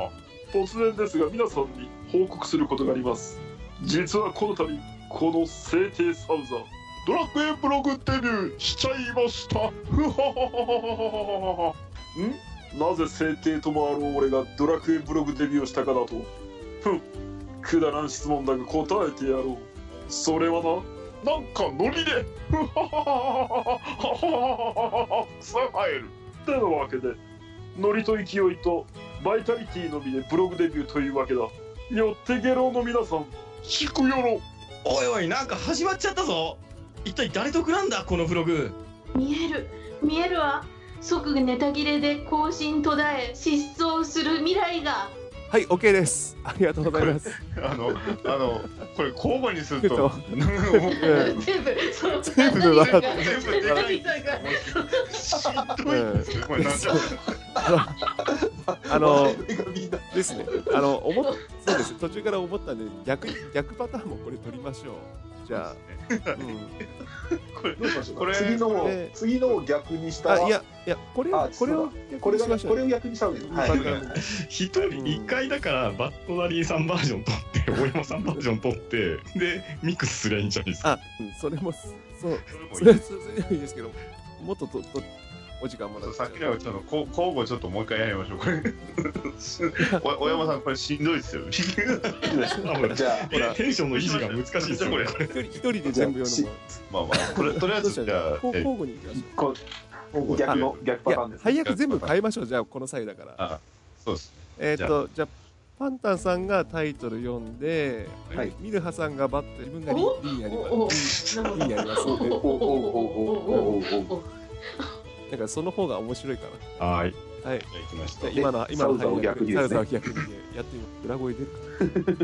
[SPEAKER 7] は突然ですが皆さんに報告することがあります実はこの度この聖帝サウザー
[SPEAKER 4] ドラクエブログデビューしちゃいましたうはははははは
[SPEAKER 7] んなぜ聖帝ともあろう俺がドラクエブログデビューをしたかだとふんくだらん質問だが答えてやろうそれはななんかノリでふははははははさあえるてなわけでノリと勢いとバイタリティのみでブログデビューというわけだよってゲロの皆さん引くよろ
[SPEAKER 15] おいおいなんか始まっちゃったぞ一体誰得なんだこのブログ
[SPEAKER 2] 見える見えるわ即ネタ切れで更新途絶え失踪する未来が
[SPEAKER 1] はい OK ですありがとうございます
[SPEAKER 14] あの、あの、これ交互にす [laughs] る
[SPEAKER 1] [laughs]
[SPEAKER 14] と。
[SPEAKER 1] うん
[SPEAKER 2] 全部そう
[SPEAKER 1] 全部笑って
[SPEAKER 2] 全部
[SPEAKER 14] 全部笑って
[SPEAKER 1] うん
[SPEAKER 14] これなんちゃう
[SPEAKER 1] あ
[SPEAKER 5] [laughs]
[SPEAKER 1] の、ですね。あの、思っ、そうです。途中から思ったんで、逆、逆パターンもこれ取りましょう。じゃあ、
[SPEAKER 5] どうしましょう
[SPEAKER 14] これ
[SPEAKER 5] 次のを
[SPEAKER 1] これ
[SPEAKER 5] 次のを逆にした
[SPEAKER 1] あ、いや、いや、これを
[SPEAKER 5] あ、
[SPEAKER 1] これを
[SPEAKER 5] そうだ
[SPEAKER 1] 逆
[SPEAKER 5] これ
[SPEAKER 1] に
[SPEAKER 5] が
[SPEAKER 1] しましょう。
[SPEAKER 5] これを逆にしたわけですねはい
[SPEAKER 13] 一人一回だからバットダディさんバージョン取って大山さんバージョン取ってでミックスすりゃいいんじゃないですか
[SPEAKER 1] あ、うんそれも、そう、それは、それはいいですけど、もっとと、と、お時間もらっち
[SPEAKER 14] さ
[SPEAKER 1] ゃう
[SPEAKER 14] っきのちょっとこう交互ちょっともう一回やりましょうこれ
[SPEAKER 13] [laughs]
[SPEAKER 14] お小山さんこれしんどいっすよ
[SPEAKER 7] [laughs]
[SPEAKER 5] じゃあ
[SPEAKER 14] ほら
[SPEAKER 13] テンションの維持が難しいですよ
[SPEAKER 14] これ
[SPEAKER 1] 一人で全部読むのも。
[SPEAKER 14] まあまあこれとりあえずじゃあ
[SPEAKER 1] こう
[SPEAKER 14] え
[SPEAKER 1] 交互にいきましょう。
[SPEAKER 5] こう逆の逆パターンですね
[SPEAKER 1] 配役全部変えましょう。じゃあ、この際だから。
[SPEAKER 14] あそうです
[SPEAKER 1] えっと、じゃあ、パンタンさんがタイトル読んで、ミルハさんがバット、自分がリ
[SPEAKER 2] お
[SPEAKER 1] リーやり
[SPEAKER 2] おお
[SPEAKER 1] ます。リ
[SPEAKER 2] なるほど
[SPEAKER 1] ーやります
[SPEAKER 2] お
[SPEAKER 1] ので。
[SPEAKER 2] おおおおおお
[SPEAKER 1] だからその方が面白いか
[SPEAKER 13] あはい
[SPEAKER 1] な。はい。
[SPEAKER 14] じゃあ行きまし
[SPEAKER 1] じ
[SPEAKER 14] た
[SPEAKER 1] ゃあ今の
[SPEAKER 5] で
[SPEAKER 1] 今の
[SPEAKER 5] サウザーを
[SPEAKER 1] 配役
[SPEAKER 5] 逆にですね
[SPEAKER 1] サウザーを逆にねやってみよう裏声出る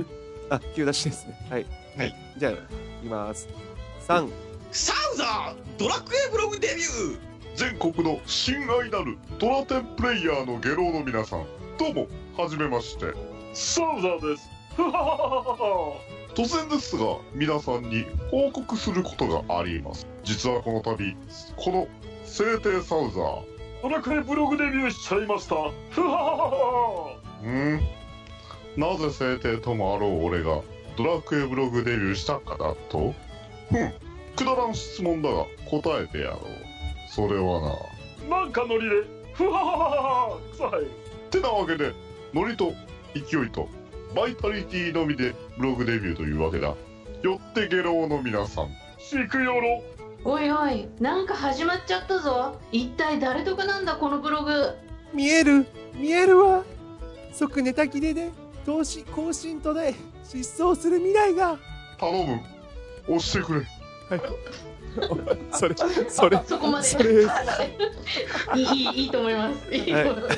[SPEAKER 1] か。あ、急出しですね。はい。
[SPEAKER 13] はい。
[SPEAKER 1] じゃあ、いきます。三。
[SPEAKER 15] サウザードラクエブログデビュー
[SPEAKER 4] 全国の親愛なるドラテンプレイヤーのゲロの皆さんどうもはじめまして
[SPEAKER 7] サウザーです [laughs] ふははははは
[SPEAKER 4] 突然ですが皆さんに報告することがあります実はこの度この聖帝サウザー
[SPEAKER 7] ドラクエブログデビューしちゃいました [laughs] ふははははは
[SPEAKER 4] うんなぜ聖帝ともあろう俺がドラクエブログデビューしたかだとうんくだらん質問だが答えてやろうそれはな
[SPEAKER 7] なんかノリでふははははさあ
[SPEAKER 4] てなわけでノリと勢いとバイタリティのみでブログデビューというわけだよってゲロの皆さん
[SPEAKER 7] シクヨロ
[SPEAKER 2] おいおいなんか始まっちゃったぞ一体誰得なんだこのブログ
[SPEAKER 1] 見える見えるわ即ネタ切れで投資更新途絶え失踪する未来が
[SPEAKER 4] 頼む押してくれ
[SPEAKER 1] それそれ
[SPEAKER 2] そこまで
[SPEAKER 1] それ
[SPEAKER 2] [laughs] いいいいと思いますいいと思います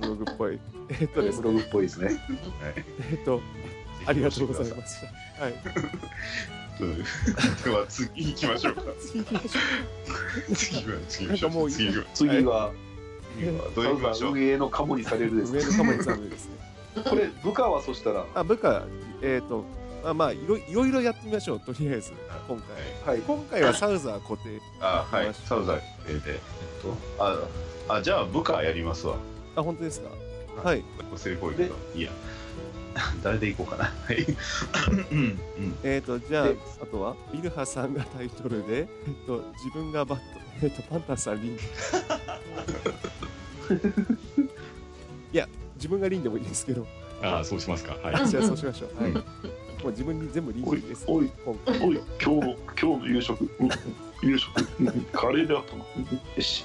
[SPEAKER 2] ブログっぽ
[SPEAKER 1] ブログっぽ
[SPEAKER 2] い
[SPEAKER 1] いえっとですね
[SPEAKER 5] ブログっぽいですね
[SPEAKER 1] えっとありがとうございましたはい
[SPEAKER 4] [laughs]
[SPEAKER 9] では次行きましょうか。
[SPEAKER 1] 次行きましょ
[SPEAKER 9] 次は次行
[SPEAKER 1] な
[SPEAKER 9] きましょ
[SPEAKER 1] んかもう
[SPEAKER 9] う。次行きましょう
[SPEAKER 5] 次は
[SPEAKER 9] どう行きましょう。
[SPEAKER 5] 上のカモにされるで
[SPEAKER 1] 上
[SPEAKER 5] す
[SPEAKER 1] のカモにされるですね
[SPEAKER 5] [laughs] これ部下はそしたら
[SPEAKER 1] あ部下えっ、とまあまあいろいろいろやってみましょうとりあえず今回、
[SPEAKER 5] はい
[SPEAKER 1] 今回はサウザー固定
[SPEAKER 9] あはい。サウザーえーでえっとああじゃあ部下やりますわ。
[SPEAKER 1] あ本当ですかはい
[SPEAKER 9] セリフ多いけどいいや。 [laughs] 誰で行こうかな。はい。うんうん。
[SPEAKER 1] えっ、とじゃあ
[SPEAKER 5] で
[SPEAKER 1] あとはイルハさんがタイトルで、えっと、自分がバット、えっと、パンタンさんリン [laughs] いや自分がリンでもいいですけど
[SPEAKER 3] ああ、そうしますか。はい。
[SPEAKER 1] じゃあそうしましょう、はい、もう自分に全部リンでいいです
[SPEAKER 6] おい
[SPEAKER 1] 今
[SPEAKER 6] お
[SPEAKER 1] 回
[SPEAKER 6] い今日の今日の夕食うん夕食うんカレーであったのうんよし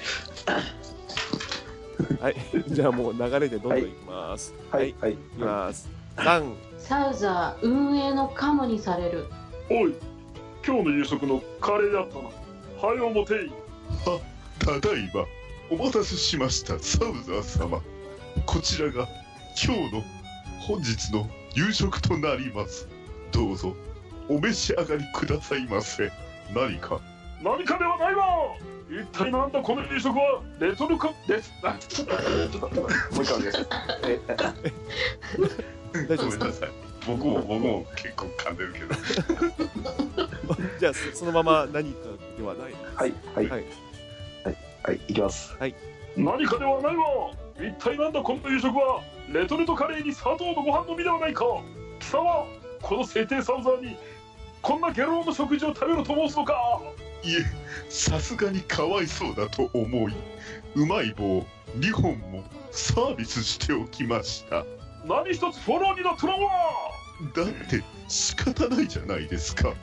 [SPEAKER 1] はいじゃあもう流れでどんどんいきます
[SPEAKER 5] はいはい
[SPEAKER 1] いきます三
[SPEAKER 2] サウザー運営のカモにされる
[SPEAKER 6] おい今日の夕食のカレーであったのはいおもてい
[SPEAKER 4] ただいまお待たせしましたサウザー様こちらが今日の本日の夕食となりますどうぞお召し上がりくださいませ何か
[SPEAKER 6] 何かではないわ一体なんだこの夕食はレトルトですあ
[SPEAKER 5] もう一回お願いしますえ
[SPEAKER 1] 大丈夫で
[SPEAKER 9] ごめ
[SPEAKER 1] す
[SPEAKER 9] ん
[SPEAKER 1] か
[SPEAKER 9] なさい。僕も僕も結構噛んでるけど。
[SPEAKER 1] じゃあそそのまま何かではない
[SPEAKER 5] はいはい
[SPEAKER 1] はい
[SPEAKER 5] はいいきます
[SPEAKER 6] 何かではないわ一体なんだこの夕食はレトルトカレーに砂糖のご飯のみではないか貴様この聖帝サウザーにこんな下郎の食事を食べろと申すのか
[SPEAKER 4] いえさすがにかわいそうだと思いうまい棒2本もサービスしておきました
[SPEAKER 6] 何一つフォローになっとらんわ
[SPEAKER 4] だって仕方ないじゃないですか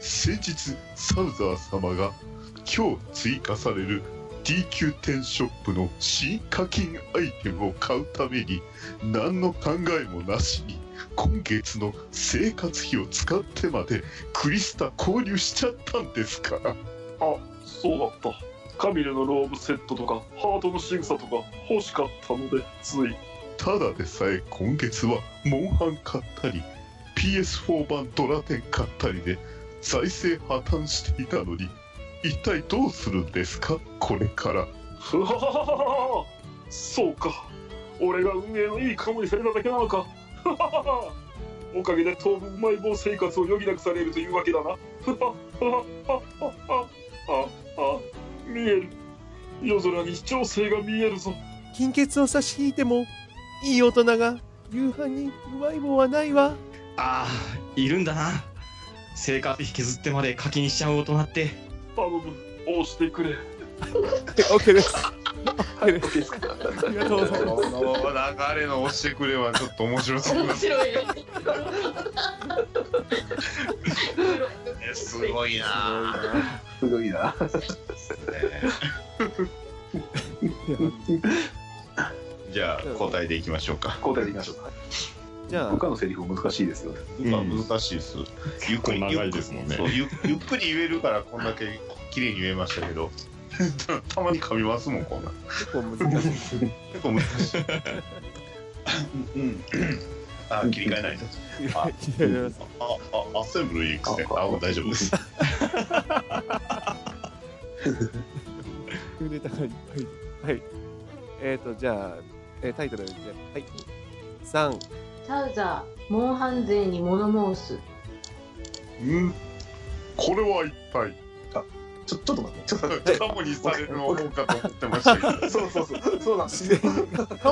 [SPEAKER 4] 先日サウザー様が今日追加される D 級店ショップの新課金アイテムを買うために何の考えもなしに今月の生活費を使ってまでクリスタ購入しちゃったんですから
[SPEAKER 6] あそうだったカミレのローブセットとかハートの仕草とか欲しかったのでつい
[SPEAKER 4] ただでさえ今月はモンハン買ったり PS4 版ドラテン買ったりで財政破綻していたのに一体どうするんですかこれから
[SPEAKER 6] ふははははははそうか俺が運営のいいカモにされただけなのかふははははおかげで当分うまい棒生活を余儀なくされるというわけだなふはふははははああ見える夜空に調整が見えるぞ
[SPEAKER 1] 金欠を差し引いてもいい大人が夕飯にうまい棒はないわ
[SPEAKER 7] ああ、いるんだな。生活費削ってまで課金しちゃう大人って。
[SPEAKER 6] 頼む押してくれ
[SPEAKER 1] え OK です OK です
[SPEAKER 5] ですか
[SPEAKER 1] ありがとうございます
[SPEAKER 9] この流れの押してくれはちょっと面白そう
[SPEAKER 2] 面
[SPEAKER 9] です
[SPEAKER 2] 白いね
[SPEAKER 9] ね。すごいな。
[SPEAKER 5] すごいな
[SPEAKER 9] じゃあ答えでいきましょうか。
[SPEAKER 5] 交代でいきましょうか
[SPEAKER 1] じゃあ
[SPEAKER 5] 部下のセリフ難しいですよね
[SPEAKER 9] まあ難しいです。ゆっく
[SPEAKER 3] 結
[SPEAKER 9] り
[SPEAKER 3] 構長いですもんね
[SPEAKER 9] そうゆゆっくり言えるからこんだけ綺麗に言えましたけど。たまに噛みますもんこんな。
[SPEAKER 1] 結構難
[SPEAKER 6] [laughs]
[SPEAKER 1] しい
[SPEAKER 9] 結構難しい。うん。あ切り替えないと。
[SPEAKER 1] いや
[SPEAKER 9] あ
[SPEAKER 1] いやいや
[SPEAKER 9] ああアッセンブルいいくせ。あ大丈夫です。
[SPEAKER 1] ネタがいっぱいはいえっ、ー、とじゃあ、えータイトルじゃあはい三
[SPEAKER 2] サウザーモンハン勢に物申す
[SPEAKER 4] んこれは一体
[SPEAKER 5] ちょちょっと待ってちょっと待っ
[SPEAKER 9] カモにされるの方かと思ってましたけど。
[SPEAKER 5] てそうそうそうそうなんですよ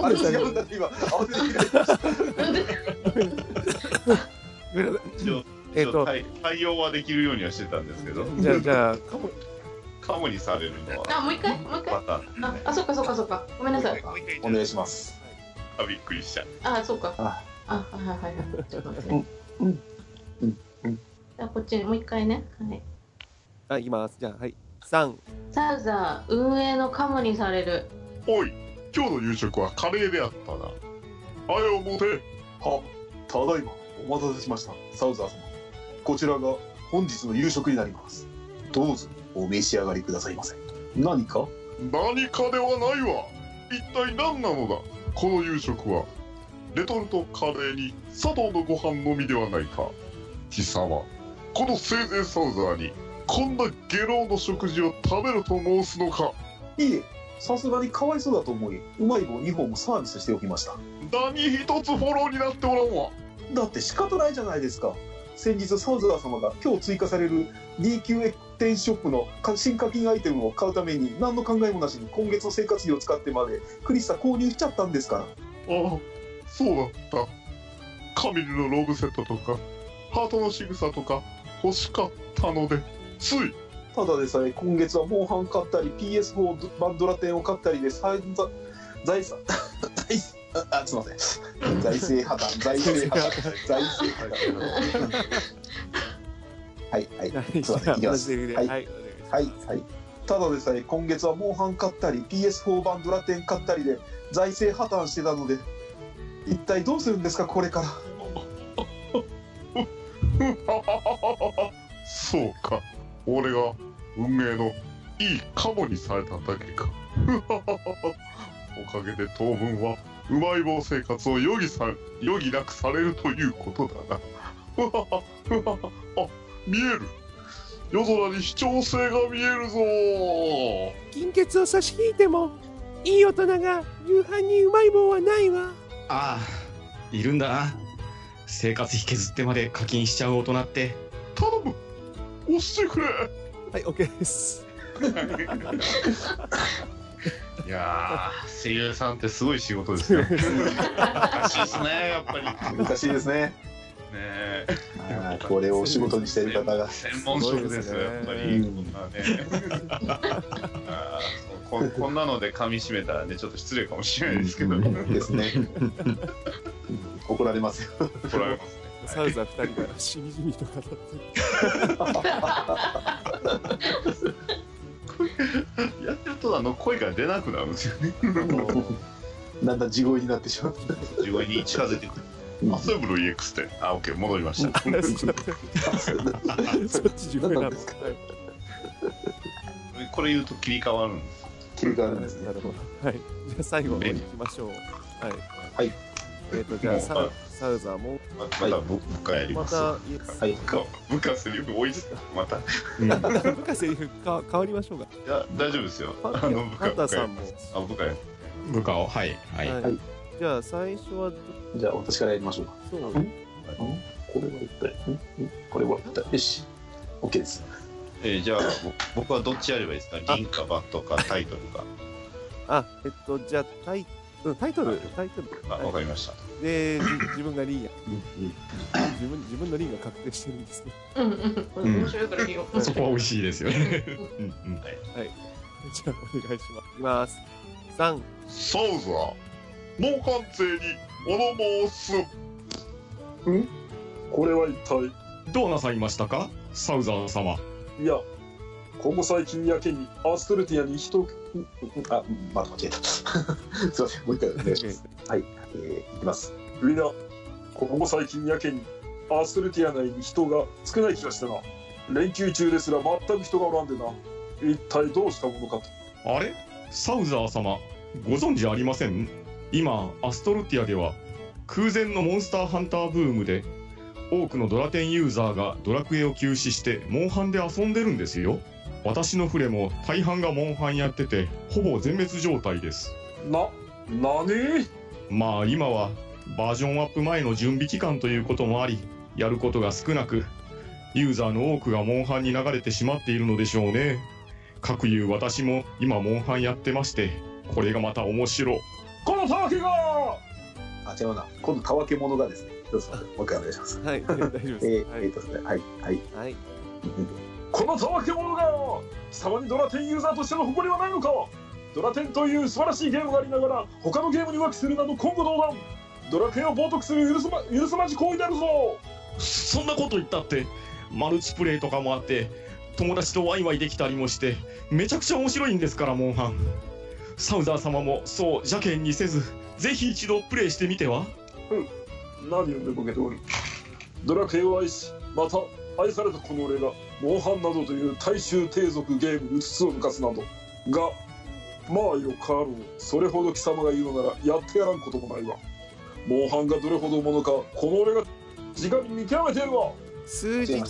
[SPEAKER 5] あれ違うんだって今慌てて切れた
[SPEAKER 1] ごめんなさい
[SPEAKER 9] 一応
[SPEAKER 1] えっ、ー、と
[SPEAKER 9] 対対応はできるようにはしてたんですけど、
[SPEAKER 1] じゃあじゃあカモ
[SPEAKER 9] カモにされるのは
[SPEAKER 2] あもう一回もう一
[SPEAKER 9] ま
[SPEAKER 2] 回
[SPEAKER 9] た、
[SPEAKER 2] ああそっかそっかそっかごめんなさい
[SPEAKER 5] [laughs] お願いします
[SPEAKER 9] あびっくりした。
[SPEAKER 2] あそっか
[SPEAKER 5] あ
[SPEAKER 2] あはいはいはいちょっと待って
[SPEAKER 5] うんうんうんうん
[SPEAKER 2] じゃあこっちにもう一回ねはい
[SPEAKER 1] あいきますじゃあはい三
[SPEAKER 2] サウザー運営のカモにされる
[SPEAKER 4] おい今日の夕食はカレーであったな
[SPEAKER 6] はい、表。
[SPEAKER 5] は、ただいま、お待たせしました、サウザー様。こちらが本日の夕食になります。どうぞ、お召し上がりくださいませ。何か
[SPEAKER 4] 何かではないわ一体何なのだこの夕食はレトルトカレーに佐藤のご飯のみではないか貴様この生前サウザーにこんな下老の食事を食べると申すのか
[SPEAKER 5] いいえさすがにかわいそうだと思いうまい棒2本もサービスしておきました
[SPEAKER 4] 何一つフォローになっておらんわ
[SPEAKER 5] だって仕方ないじゃないですか先日サウザー様が今日追加される DQ 店ショップの新課金アイテムを買うために何の考えもなしに今月の生活費を使ってまでクリスタ購入しちゃったんですから
[SPEAKER 4] ああそうだったカミルのローブセットとかハートの仕草とか欲しかったのでつい
[SPEAKER 5] ただでさえ今月はモンハン買ったり PS4 バンドラテンを買ったりで散々財産財ああすいません財政破綻財政破綻財政破綻はいはいすいませんいきますはいはいはいただでさえ今月はモンハン買ったり PS4 バンドラテン買ったりで財政破綻してたので一体どうするんですかこれから
[SPEAKER 4] そうか俺が運営のいいカモにされただけか [laughs] おかげで当分はうまい棒生活を余儀さ余儀なくされるということだな [laughs] あ見える夜空に貴重性が見えるぞ
[SPEAKER 16] 金欠を差し引いてもいい大人が夕飯にうまい棒はないわ
[SPEAKER 7] ああいるんだな生活費削ってまで課金しちゃう大人って
[SPEAKER 4] 頼む押してくれ
[SPEAKER 1] はい OK です
[SPEAKER 9] いやー声優さんってすごい仕事で
[SPEAKER 4] [laughs]
[SPEAKER 9] すね難しいですねやっぱり
[SPEAKER 5] 難しいですね
[SPEAKER 9] ねえ
[SPEAKER 5] あーこれをお仕事にしている方が
[SPEAKER 9] 専門職ですよやっぱり、
[SPEAKER 5] うん
[SPEAKER 9] まあね [laughs] あーこんこんなので噛み締めたらねちょっと失礼かもしれないですけど
[SPEAKER 5] ですね怒られますよ
[SPEAKER 9] 怒られますね
[SPEAKER 1] サウザー2人がしみじみと語って
[SPEAKER 9] やってるとあの声が出なくなるんですよね
[SPEAKER 5] だんだん地声になってしまう
[SPEAKER 9] 自分に近づいてくるアセブル EX ってあオッケー戻りました
[SPEAKER 1] そっち自分なんです
[SPEAKER 5] か
[SPEAKER 9] これ言うと切り替わるんです
[SPEAKER 5] 切り替わるんですね
[SPEAKER 1] なるほどはいじゃあ最後に行きましょうはい
[SPEAKER 5] はい
[SPEAKER 1] えっ、とじゃあサ
[SPEAKER 9] もう
[SPEAKER 1] ウサウザーも
[SPEAKER 9] ままた部部下やります
[SPEAKER 1] また
[SPEAKER 9] 部下部下するよ多いですまた
[SPEAKER 1] 部下セリフか変わりましょうか
[SPEAKER 9] いや大丈夫ですよ。
[SPEAKER 1] あ
[SPEAKER 9] あの部
[SPEAKER 1] ハ
[SPEAKER 9] 下
[SPEAKER 1] ンターさんも
[SPEAKER 9] 部下あ部下や
[SPEAKER 7] 部下をはいはい
[SPEAKER 1] はいじゃあ最初はど
[SPEAKER 5] [laughs] じゃあ私からやりましょうか
[SPEAKER 1] そうん
[SPEAKER 5] んこれは一体んんこれは一体よし OK です
[SPEAKER 9] えーじゃあぼ僕はどっちやればいいですか。銀かバットかタイトルか。
[SPEAKER 1] あえっとじゃあタイうんタイトルタイトル
[SPEAKER 9] あわかりました。
[SPEAKER 1] でじ自分がリーや自分自分のリーが確定してるんですね
[SPEAKER 2] うんうんうん面白いから見よう
[SPEAKER 7] [laughs] そこは美味しいですよね [laughs] うんうん
[SPEAKER 1] はい [laughs] じゃあお願いしますいきます三
[SPEAKER 4] サウザー猛反勢に物申す
[SPEAKER 6] これは一体
[SPEAKER 7] どうなさいましたかサウザー様
[SPEAKER 6] いや、ここ最近やけにアストルティアに人、うん
[SPEAKER 5] あ、また間違えた。 [laughs] すいません、もう一回お願いします。はい、えー、いきます。
[SPEAKER 6] みんな、ここ最近やけにアストルティア内に人が少ない気がしてな。連休中ですら全く人がおらんでな。一体どうしたものかと。
[SPEAKER 7] あれサウザー様ご存知ありません今アストルティアでは空前のモンスターハンターブームで多くのドラテンユーザーがドラクエを休止してモンハンで遊んでるんですよ私のフレも大半がモンハンやっててほぼ全滅状態です
[SPEAKER 6] な、なね
[SPEAKER 7] まあ今はバージョンアップ前の準備期間ということもありやることが少なくユーザーの多くがモンハンに流れてしまっているのでしょうねかくいう私も今モンハンやってましてこれがまた面白
[SPEAKER 6] このたわけが
[SPEAKER 5] あ、違うな。今度、たわけ者がですね。どうぞ、もう一回お願いします。
[SPEAKER 1] はい、大丈夫です。
[SPEAKER 5] えー、えーとですね、はい、はい。
[SPEAKER 1] はい。
[SPEAKER 6] このたわけ者が貴様にドラテンユーザーとしての誇りはないのかドラテンという素晴らしいゲームがありながら他のゲームに浮気するなど今後どうだドラクエを冒涜する許すま許すまじ行為であるぞ
[SPEAKER 7] そんなこと言ったってマルチプレイとかもあって友達とワイワイできたりもしてめちゃくちゃ面白いんですからモンハンサウザー様もそう邪険にせずぜひ一度プレイしてみては
[SPEAKER 6] うん何を寝ぼけておるドラクエを愛しまた愛されたこの俺がモンハンなどという大衆低俗ゲームにうつつを抜かすなどがまあよかろうそれほど貴様が言うのならやってやらんこともないわモンハンがどれほどものかこの俺が直に見極めてやるわ
[SPEAKER 1] 数日後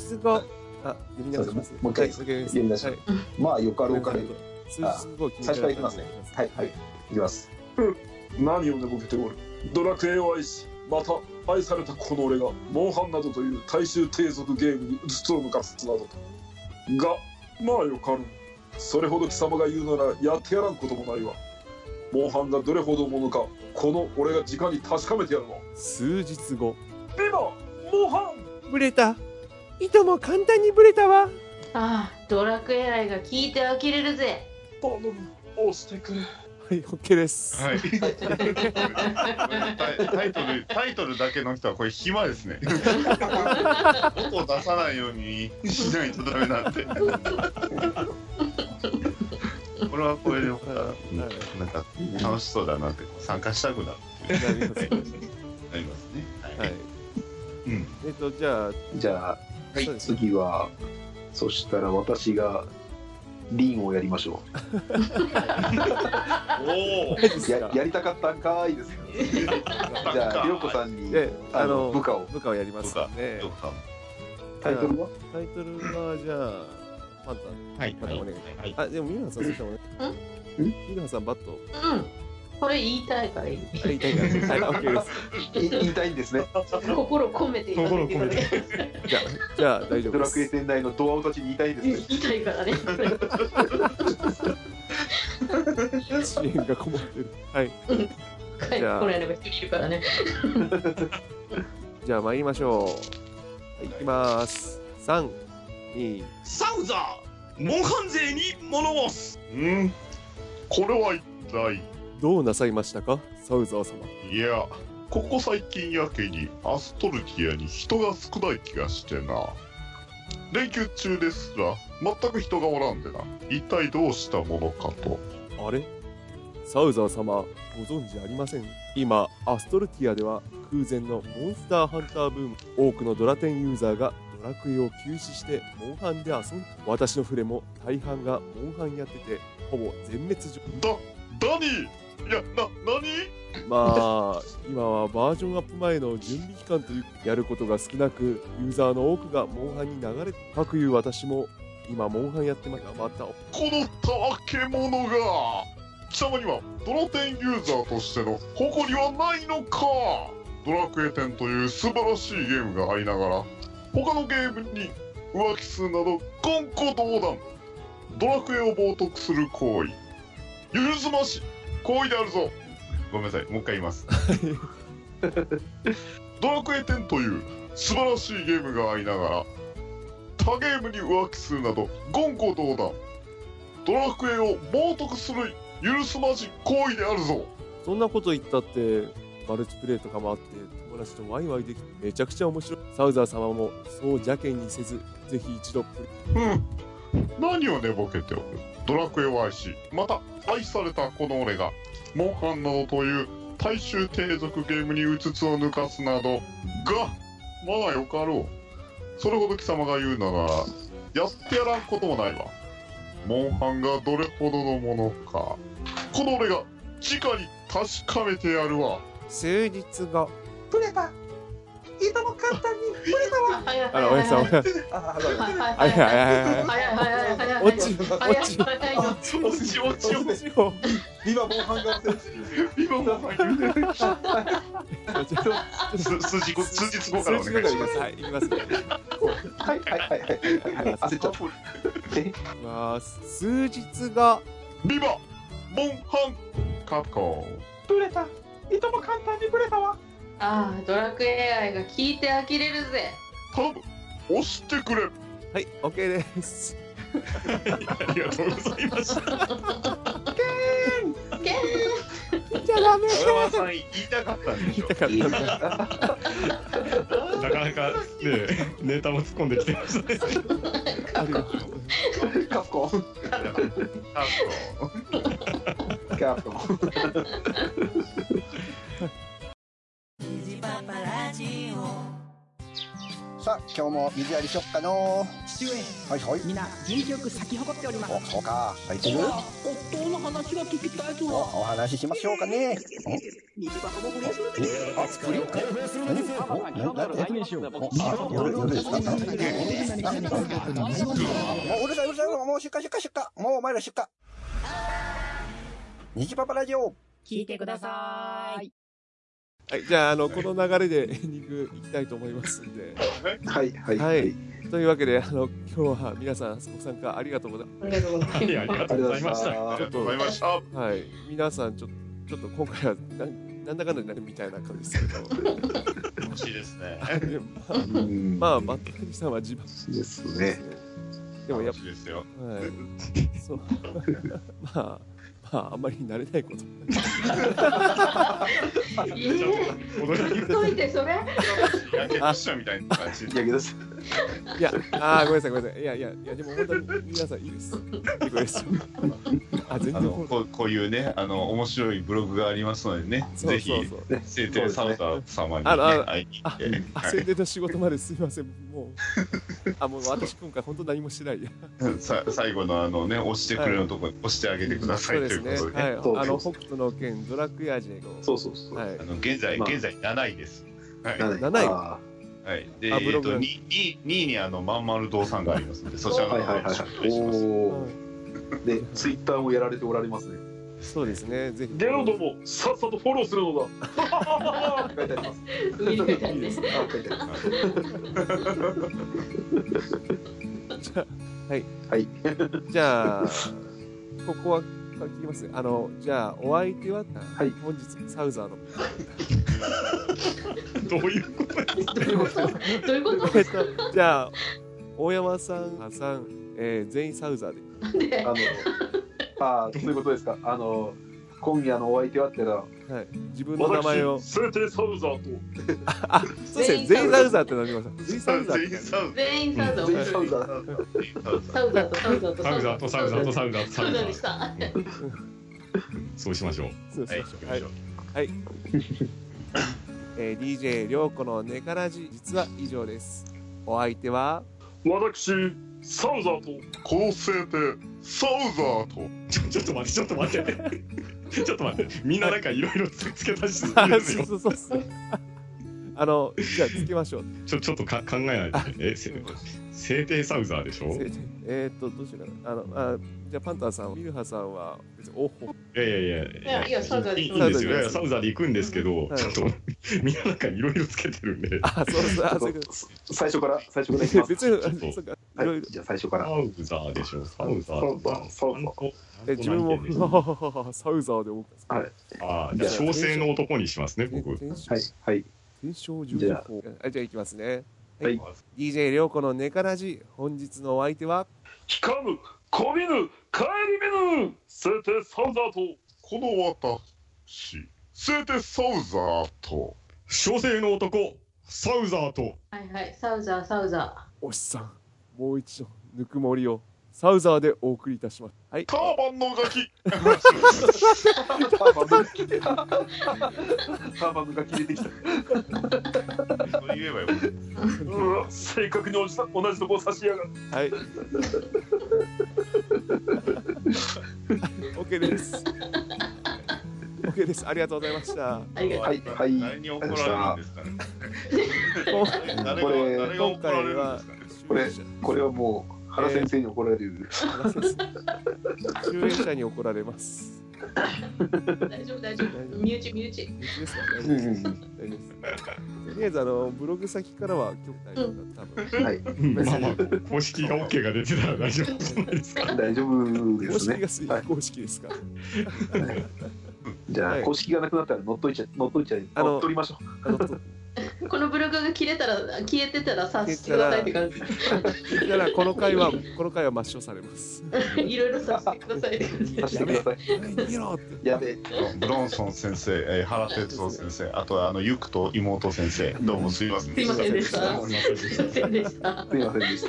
[SPEAKER 1] あ読み直します
[SPEAKER 5] もう一回
[SPEAKER 1] はい読みます
[SPEAKER 5] 読み出しますまあよかろうかね
[SPEAKER 1] 数日後
[SPEAKER 5] 最初からいきますねはいはいいきます
[SPEAKER 6] 何を寝ぼけておるドラクエを愛しまた愛されたこの俺がモンハンなどという大衆低俗ゲームにうつつを抜かすなどとがまあよかろうそれほど貴様が言うならやってやらんこともないわモンハンがどれほどものかこの俺が直に確かめてやるわ
[SPEAKER 1] 数日後
[SPEAKER 6] ビバモンハ
[SPEAKER 16] ブレたいとも簡単にブレたわ
[SPEAKER 2] ああドラクエ愛が聞いて呆れるぜ
[SPEAKER 6] 頼む押してくれ
[SPEAKER 1] はい、OK です。
[SPEAKER 9] はい。タイタイトル、タイトルだけの人はこれ暇ですね。音を出さないようにしないとダメなんで。これはこれで、なんか楽しそうだなって、参加したくなるっていう
[SPEAKER 1] なります
[SPEAKER 9] なりますね。
[SPEAKER 1] は
[SPEAKER 9] はいい。うん。
[SPEAKER 1] えっと、じゃあ、
[SPEAKER 5] じゃあ
[SPEAKER 1] はいそうですね
[SPEAKER 5] 次はそしたら私がリンをやりましょ
[SPEAKER 9] おお。
[SPEAKER 5] うややりたかったんかー
[SPEAKER 16] [laughs]
[SPEAKER 5] いですじゃあ涼子さんに
[SPEAKER 1] で、あ
[SPEAKER 5] あ
[SPEAKER 1] の、
[SPEAKER 5] の部下を
[SPEAKER 1] 部下をやります
[SPEAKER 9] そうか
[SPEAKER 1] んで
[SPEAKER 9] どう、か。
[SPEAKER 5] タイトルは
[SPEAKER 1] タイトルは、じゃあ、パンタン。
[SPEAKER 7] はい。
[SPEAKER 1] またお願い
[SPEAKER 7] はい。
[SPEAKER 1] あ、でも、ミルハさん、そしたらお願い。ミルハさん、バット。
[SPEAKER 2] うんこれ言いたいから
[SPEAKER 7] [laughs]
[SPEAKER 2] いい
[SPEAKER 1] あ言いたいから
[SPEAKER 5] [laughs]
[SPEAKER 1] はい、OK です。
[SPEAKER 5] い言いたいんですね
[SPEAKER 2] 心込めて言
[SPEAKER 7] 心込めて
[SPEAKER 2] て
[SPEAKER 1] じゃあ、じゃあ、大丈夫で
[SPEAKER 5] ドラクエ
[SPEAKER 1] す。
[SPEAKER 5] 店内のドアオたちに言いたいんです
[SPEAKER 2] [laughs]
[SPEAKER 5] ね
[SPEAKER 2] 言いたいからね
[SPEAKER 1] 支援がこもってる。はい。
[SPEAKER 2] 帰ってこないのが一人いるからね
[SPEAKER 1] じゃあ、参りましょう。はい、いきます。三、二、
[SPEAKER 7] サウザーモンハン勢に物申す
[SPEAKER 4] うんこれは一体
[SPEAKER 1] どうなさいましたかサウザー様。
[SPEAKER 4] いやここ最近やけにアストルティアに人が少ない気がしてな連休中ですら全く人がおらんでな一体どうしたものかと
[SPEAKER 1] あれサウザー様、ご存知ありません今、アストルティアでは空前のモンスターハンターブーム。多くのドラテンユーザーがドラクエを休止してモンハンで遊ん私のフレも大半がモンハンやってて、ほぼ全滅状。
[SPEAKER 4] だダニーいやな何
[SPEAKER 1] まあ、今はバージョンアップ前の準備期間というやることが少なく、ユーザーの多くがモンハンに流れて、かくいう私も今モンハンやってました。また
[SPEAKER 4] このたわけ者が貴様にはドラテンユーザーとしての誇りはないのかドラクエ10という素晴らしいゲームがありながら他のゲームに浮気するなど言語道断ドラクエを冒涜する行為許すまし行為であるぞ
[SPEAKER 9] ごめんなさい。もう一回言います。
[SPEAKER 4] ドラクエ10という素晴らしいゲームがありながら他ゲームに浮気するなど言語道断ドラクエを冒涜する許すまじ行為であるぞ
[SPEAKER 1] そんなこと言ったって、マルチプレイとかもあって、友達とワイワイできて、めちゃくちゃ面白い。サウザー様も、そう邪険にせず、ぜひ一度、
[SPEAKER 4] うん何を寝ぼけておるドラクエを愛しまた愛されたこの俺がモンハンなどという大衆低俗ゲームにうつつを抜かすなどがまあよかろうそれほど貴様が言うならやってやらんこともないわモンハンがどれほどのものかこの俺が直に確かめてやる
[SPEAKER 9] [laughs]
[SPEAKER 4] わ
[SPEAKER 1] 数日後。
[SPEAKER 16] ブレたいとも簡単にブレ
[SPEAKER 2] 早い
[SPEAKER 1] あ
[SPEAKER 2] 早
[SPEAKER 1] ら、
[SPEAKER 2] い
[SPEAKER 1] おやさん、お
[SPEAKER 2] 早
[SPEAKER 1] や
[SPEAKER 2] い
[SPEAKER 1] さん。
[SPEAKER 5] あ
[SPEAKER 2] 早い
[SPEAKER 5] あ
[SPEAKER 1] あいや
[SPEAKER 2] 早い
[SPEAKER 1] い
[SPEAKER 2] 早い
[SPEAKER 1] やいやいや。
[SPEAKER 2] 早い早い早い
[SPEAKER 1] 落ち、落ち、
[SPEAKER 2] 早いよ
[SPEAKER 7] 落ち落ち落ち
[SPEAKER 5] ビバモンハンが
[SPEAKER 4] 今モンハン言うてる
[SPEAKER 9] す数字後、数日後からお
[SPEAKER 1] 数日後
[SPEAKER 9] 願いしま
[SPEAKER 1] からいきます。はい、いきます。い
[SPEAKER 5] はいはいはいはいはい焦っちゃっ
[SPEAKER 1] きます。数日後。
[SPEAKER 4] ビバモンハンカプコン
[SPEAKER 16] ブレたいとも簡単にブレたわ
[SPEAKER 2] ああドラクエ愛が聞いて呆れるぜ
[SPEAKER 4] 頼む押してくれ
[SPEAKER 1] はい、OK です。
[SPEAKER 7] ありがとうございました。
[SPEAKER 2] けー
[SPEAKER 16] じゃあダメ
[SPEAKER 9] す。小山さん言いたかったんでしょ。
[SPEAKER 1] だから、
[SPEAKER 7] なかなかね、ネタも突っ込んできてましたね。
[SPEAKER 1] ありがと
[SPEAKER 5] たカプコン
[SPEAKER 9] カプコン
[SPEAKER 5] カプコン
[SPEAKER 16] キジバ
[SPEAKER 17] 今日も水やりしよっかの
[SPEAKER 12] 父上
[SPEAKER 17] はいはい
[SPEAKER 12] みんな元気よく咲き誇っております
[SPEAKER 17] おそうか咲いてる
[SPEAKER 12] あ夫の話が聞きたいぞ
[SPEAKER 17] おお話ししましょうかね
[SPEAKER 12] 水箱も不倫するんだ
[SPEAKER 17] んあ不倫何何何何何夜夜ですか何何何何何もううるさいうるさいもう出荷出荷出荷もうお前ら出荷虹パパラジオ
[SPEAKER 12] 聞いてください
[SPEAKER 1] はい、じゃあ、あの、この流れでエンディングいきたいと思いますんで。
[SPEAKER 5] はい、はい。
[SPEAKER 1] はい。というわけで、あの、今日は皆さん、ご参加ありがとうございました。
[SPEAKER 7] ありがとうございました
[SPEAKER 1] ちょっと
[SPEAKER 7] ありがとうございました
[SPEAKER 1] はい。皆さん、ちょっと、ちょっと今回は、なん、なんだかんだになるみたいな感じですけど。
[SPEAKER 4] 楽しいですね。
[SPEAKER 1] [laughs] まあ、まあ、バッタリさんは自分。
[SPEAKER 5] ですね。
[SPEAKER 1] でも、やっぱ
[SPEAKER 4] 楽しいですよ。
[SPEAKER 1] はい。そう。 [laughs] まあ、まあ、あんまり慣れないこと。
[SPEAKER 2] 言っといてそれ
[SPEAKER 4] やけどしたみたいな感じ。
[SPEAKER 5] やけどし
[SPEAKER 1] いや、ああ、ごめんなさい、ごめんなさい。いや、いや、いや、でも、本当に、皆さんいいです。いい子です。あ、全
[SPEAKER 4] あ
[SPEAKER 1] 然
[SPEAKER 4] のこうこういうねあの面白いブログがありますのでね
[SPEAKER 1] そうそうそう
[SPEAKER 4] ぜひ聖帝サウザー様に、
[SPEAKER 1] あのあ
[SPEAKER 4] ね、
[SPEAKER 1] の
[SPEAKER 4] 会いに行って
[SPEAKER 1] あ、
[SPEAKER 4] はい
[SPEAKER 1] 宣伝の仕事まですいません、も
[SPEAKER 4] [laughs]
[SPEAKER 1] う。あ、もう私今回本当何もしてないや。
[SPEAKER 4] さ最後のあのね押してくれのところに押してあげてください、
[SPEAKER 1] そうで
[SPEAKER 4] とい
[SPEAKER 1] す
[SPEAKER 4] う
[SPEAKER 1] ね。
[SPEAKER 4] ことで
[SPEAKER 1] はい。あ
[SPEAKER 4] ね。
[SPEAKER 1] の、北斗の剣、ドラクエアジェゴ。
[SPEAKER 5] そうそうそう。
[SPEAKER 1] はい
[SPEAKER 4] あ。の現在、
[SPEAKER 1] まあ
[SPEAKER 4] 現在7位です。はい、
[SPEAKER 1] 7位
[SPEAKER 4] は
[SPEAKER 1] あ
[SPEAKER 4] い。で、え
[SPEAKER 1] あ
[SPEAKER 4] っ
[SPEAKER 1] ブログ
[SPEAKER 4] と 2, 位2位にあのまんまる堂さんがありますので、そちらの方
[SPEAKER 5] はいはいはい
[SPEAKER 4] に
[SPEAKER 5] はい
[SPEAKER 4] 紹介します。
[SPEAKER 5] おーでツイッターもやられておられますね
[SPEAKER 1] そうですねぜひ
[SPEAKER 6] ゲロどもさっさとフォローするのだ [laughs]
[SPEAKER 5] 書いてあります
[SPEAKER 2] 売り方ね
[SPEAKER 5] あ書いてあります
[SPEAKER 1] はい。
[SPEAKER 5] はい。
[SPEAKER 1] じゃあ、ここは、聞きますね。あの、じゃあ、お相手は、本日、サウザーの。
[SPEAKER 7] どういうこと
[SPEAKER 2] どういうこと
[SPEAKER 1] えっと、 [laughs] じゃあ、大山さん、あさん、えー全員サウザーで。
[SPEAKER 5] あのああそういうことですかあの今夜のお相手はってのは
[SPEAKER 1] はい、自分の名前を。
[SPEAKER 6] 私聖帝サウザーと
[SPEAKER 1] そうですね、全員サウザーってなりました。全員サウ
[SPEAKER 4] [laughs]
[SPEAKER 1] ザーって。
[SPEAKER 2] 全員サウザ
[SPEAKER 5] 全員サ
[SPEAKER 2] ー
[SPEAKER 5] ウザ
[SPEAKER 2] サウザーとサウザーと
[SPEAKER 7] サウザーとサウザーとサウザーと
[SPEAKER 2] サ
[SPEAKER 7] サ
[SPEAKER 2] ウ
[SPEAKER 7] ウ
[SPEAKER 2] ザ
[SPEAKER 7] ザ
[SPEAKER 2] ーで
[SPEAKER 7] ー。
[SPEAKER 2] した
[SPEAKER 7] そうしましょう。
[SPEAKER 1] そうですね。はい。はい。えー、DJ りょうこのネカラジ、実は以上です。お相手は、
[SPEAKER 6] 私サウザーと
[SPEAKER 18] 構成でサウザーと
[SPEAKER 7] ちょちょっと待って、ちょっと待って。ちょっと待って、みんななんかいろいろ付け足しするん
[SPEAKER 1] あ
[SPEAKER 7] です
[SPEAKER 1] そう
[SPEAKER 7] よ。
[SPEAKER 1] そうそうそう。あの、じゃあ、つけましょう。
[SPEAKER 7] ちょちょっとか考えないで。え、せ聖帝サウザーでしょ
[SPEAKER 1] せえー、っと、どうしようかな。あの、あじゃあ、パンタンさん、ミルハさんは、別に、おほ。
[SPEAKER 7] いやいやいや
[SPEAKER 1] いやいやサウザーで
[SPEAKER 7] いい
[SPEAKER 1] す
[SPEAKER 7] いいんですよ。い
[SPEAKER 1] サウザーです
[SPEAKER 7] やいやサウザーで行くんですけど、ちょっとみんななんかいろいろつけてるんで。
[SPEAKER 1] あ、そうそう、あ、そういうこと
[SPEAKER 5] 最初から最初からいきま
[SPEAKER 1] [laughs]
[SPEAKER 5] す
[SPEAKER 1] 別に、あ
[SPEAKER 7] ちょっと
[SPEAKER 1] そうか。
[SPEAKER 5] はいじゃあ最初から
[SPEAKER 7] サウザーでしょ。サウザ
[SPEAKER 5] そう
[SPEAKER 7] ーと
[SPEAKER 5] そう
[SPEAKER 7] か。
[SPEAKER 5] そうそう
[SPEAKER 1] え、自分 [laughs] も、サウザーで思ったんです
[SPEAKER 5] はい
[SPEAKER 7] ああ、じゃあ小生の男にしますね、僕。
[SPEAKER 5] はいはい
[SPEAKER 1] 天正
[SPEAKER 5] じ
[SPEAKER 1] 十
[SPEAKER 5] ゃ
[SPEAKER 1] 法。あじゃあ、いきますね。
[SPEAKER 5] はい。
[SPEAKER 1] DJ りょうこのネカラジ、本日のお相手は、
[SPEAKER 6] 聞かぬこびぬ帰り見ぬ聖帝サウザーと
[SPEAKER 18] この私聖帝サウザーと
[SPEAKER 7] 小生の男、サウザーと。
[SPEAKER 2] はいはいサウザーサウザ
[SPEAKER 1] おっさん、もう一度、ぬくもりを、サウザーでお送りいたします。はい。
[SPEAKER 18] ターバンのガキ
[SPEAKER 5] [laughs] ターバンの楽器でターバンの楽器出てきた
[SPEAKER 4] そう言えばよかった
[SPEAKER 6] うわ正確に同じと同じとこ差しやがる
[SPEAKER 1] はい。OK です。OK です。ありがとうございました。
[SPEAKER 2] ーありがとう
[SPEAKER 5] はいはい
[SPEAKER 4] 誰に怒られるんですかね。誰
[SPEAKER 5] こ
[SPEAKER 4] が
[SPEAKER 5] れ
[SPEAKER 4] 誰が怒られるんですかね。
[SPEAKER 5] これこれはもう原先生に怒られる、
[SPEAKER 1] 集英者に怒られます。
[SPEAKER 2] 大丈夫大丈夫身内身
[SPEAKER 1] 大
[SPEAKER 2] 内
[SPEAKER 1] 丈夫ですか大丈夫です大丈夫ですとりあえずあのブログ先からは今日大丈夫だ多分。
[SPEAKER 5] うん、はい
[SPEAKER 7] うんまあまあ、公式が OK が出てたら大丈夫じゃないですか。
[SPEAKER 5] 大丈夫で
[SPEAKER 1] 公
[SPEAKER 5] す
[SPEAKER 1] 式
[SPEAKER 5] ね
[SPEAKER 1] がすい公式ですか。
[SPEAKER 5] じゃあ、
[SPEAKER 1] はい
[SPEAKER 5] 公式がなくなったら乗っといちゃ乗っといちゃ
[SPEAKER 1] あの
[SPEAKER 5] 乗っ取りましょ
[SPEAKER 1] あの
[SPEAKER 2] このブログが切れたら消えてたらさ
[SPEAKER 1] 消え
[SPEAKER 2] してて
[SPEAKER 1] た
[SPEAKER 2] く
[SPEAKER 1] ら
[SPEAKER 2] ださいって感じ
[SPEAKER 1] だからこの回はこの回は抹消されます。
[SPEAKER 2] いろいろさしてくださいって感じ
[SPEAKER 5] うさしてください
[SPEAKER 1] 逃げろって。
[SPEAKER 5] やべえ
[SPEAKER 4] ブロンソン先生、えー、原哲夫先生、あとはあのゆくと妹先生、どうもすいません。
[SPEAKER 2] すいませんでしたすいませんでした
[SPEAKER 5] すいませんでした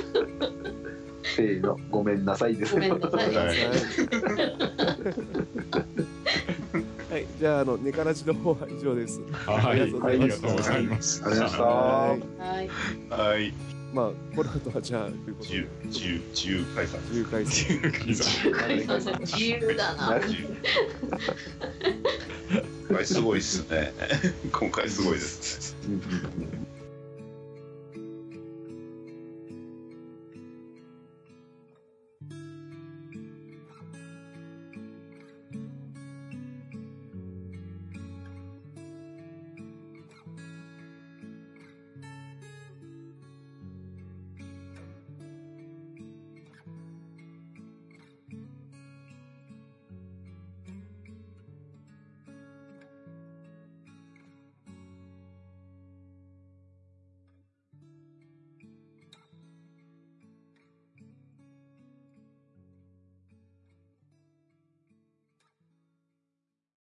[SPEAKER 5] せーのごめんなさいです
[SPEAKER 2] ごめんなさい
[SPEAKER 4] はい
[SPEAKER 1] [laughs] はい。じゃああのネカラジの方は以上です。
[SPEAKER 7] はい、
[SPEAKER 1] ありがとうご
[SPEAKER 7] あ
[SPEAKER 1] ざい
[SPEAKER 7] り
[SPEAKER 1] ま
[SPEAKER 7] が
[SPEAKER 1] し。
[SPEAKER 7] とうござ
[SPEAKER 5] ありが
[SPEAKER 7] いま
[SPEAKER 5] とうございましたた
[SPEAKER 1] はい
[SPEAKER 2] はい
[SPEAKER 4] はい。
[SPEAKER 1] まあ、コラとはじゃあ、ということ
[SPEAKER 4] 自由、自由、自由解散。
[SPEAKER 1] 自由解散。
[SPEAKER 4] 自由
[SPEAKER 7] [laughs]
[SPEAKER 4] 解散。
[SPEAKER 2] 自由だな。 [laughs]
[SPEAKER 4] 今回すごいっすね。今回すごいですね。